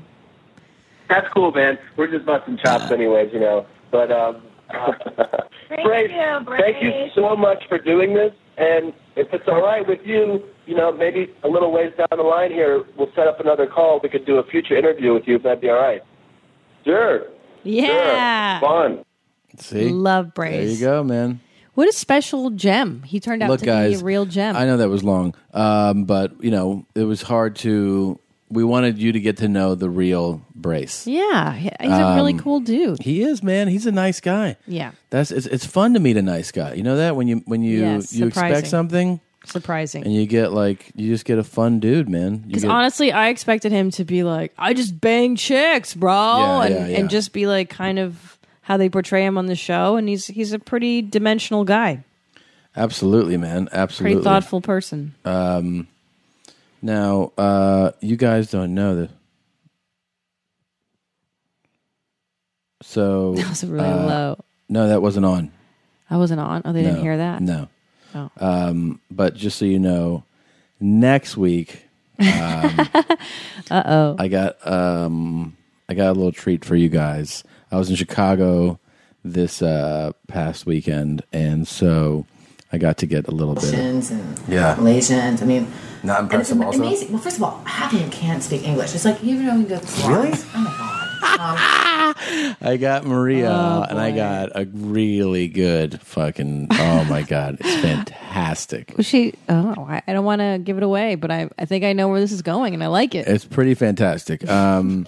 That's cool, man. We're just busting chops, anyways, you know. But um, uh,
Thank
Bray,
you, Bray.
thank you so much for doing this. And if it's all right with you, you know, maybe a little ways down the line here, we'll set up another call. We could do a future interview with you if that'd be all right. Sure.
Yeah.
Fun.
See?
Love
There
Brace.
you go, man.
What a special gem. He turned out
Look,
to
guys,
be a real gem.
I know that was long, um, but you know it was hard to. We wanted you to get to know the real Brace.
Yeah. he- He's a really
Um,
cool dude.
He is, man. He's a nice guy.
Yeah.
That's it's, it's fun to meet a nice guy. You know that when you when you
Yes,
you
surprising.
expect something
Surprising.
and you get like you just get a fun dude, man. You
Because
get-
honestly, I expected him to be like, I just bang chicks, bro,
Yeah,
and,
yeah, yeah.
and just be like kind of how they portray him on the show. And he's he's a pretty dimensional guy,
absolutely, man. Absolutely,
pretty thoughtful person.
Um, now, uh, you guys don't know this. So
That was really
uh,
low.
No, that wasn't on.
I wasn't on. Oh, they
No,
didn't hear that.
No.
Oh.
Um, but just so you know, next week, um,
Uh oh.
I got um, I got a little treat for you guys. I was in Chicago this uh, past weekend, and so I got to get a little bit.
Malaysians and
yeah,
Malaysians. I mean,
not
And it's am- amazing. Well, first of all, half of them can't speak English. It's like, you know, you go to the
Really?
salons. Oh my God. Um,
I got Maria
Oh,
and I got a really good fucking oh my god, it's fantastic.
Was she? Oh, I, I don't want to give it away, but I, I think I know where this is going, and I like it.
It's pretty fantastic. Um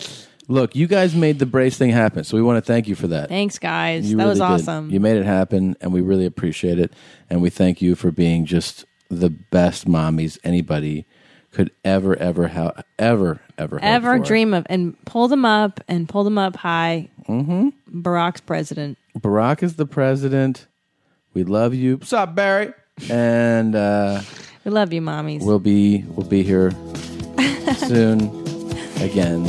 look, you guys made the brace thing happen, so we want to thank you for that.
Thanks, guys.
You
that was
really did.
awesome.
You made it happen and we really appreciate it and we thank you for being just the best mommies anybody could ever ever ha- ever ever hope
Ever
for.
dream of and pull them up and pull them up high. Mm-hmm. Barack's president.
Barack is the president. We love you. What's up, Barry? And uh
We love you, mommies.
We'll be we'll be here soon again.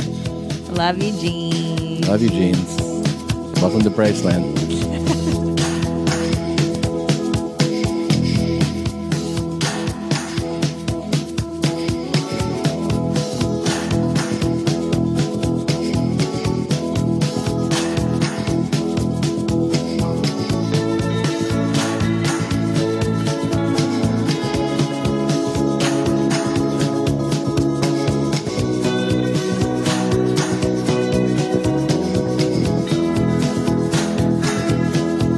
love you, Gene.
Love you, jeans. Welcome to Braceland.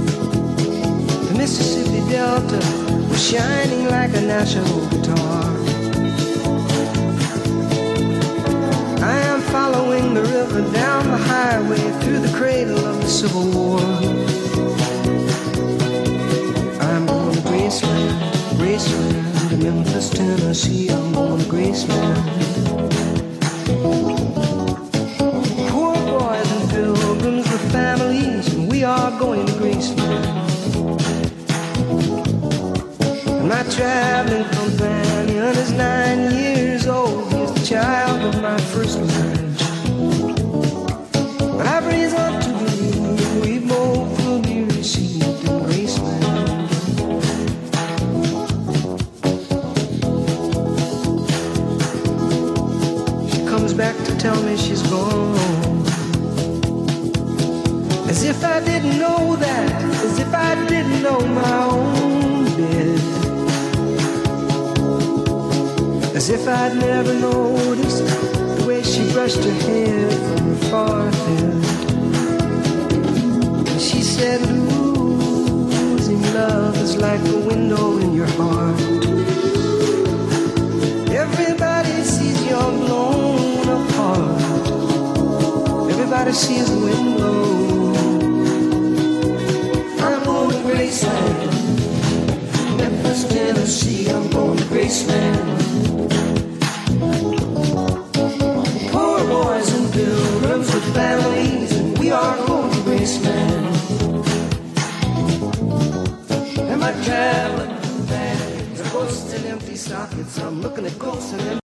The Mississippi Delta was shining like a national guitar. I am following the river down the highway through the cradle of the Civil War. I'm going to Graceland, Graceland, to Memphis, Tennessee. I'm going to Graceland. Poor boys and pilgrims with families, and we are going to Graceland. And my traveling companion is nine years old. He's the child of my first marriage. But I reason to believe we both will be I'd never noticed the way she brushed her hair from her forehead. And she said, Losing love is like a window in your heart. Everybody sees you're blown apart. Everybody sees the wind blow. I'm going to Graceland, Memphis, Tennessee. I'm going to Graceland. Poor boys in pilgrims with families, and we are going to Graceland. Am I traveling back? Ghosts and empty sockets. I'm looking at ghosts and empty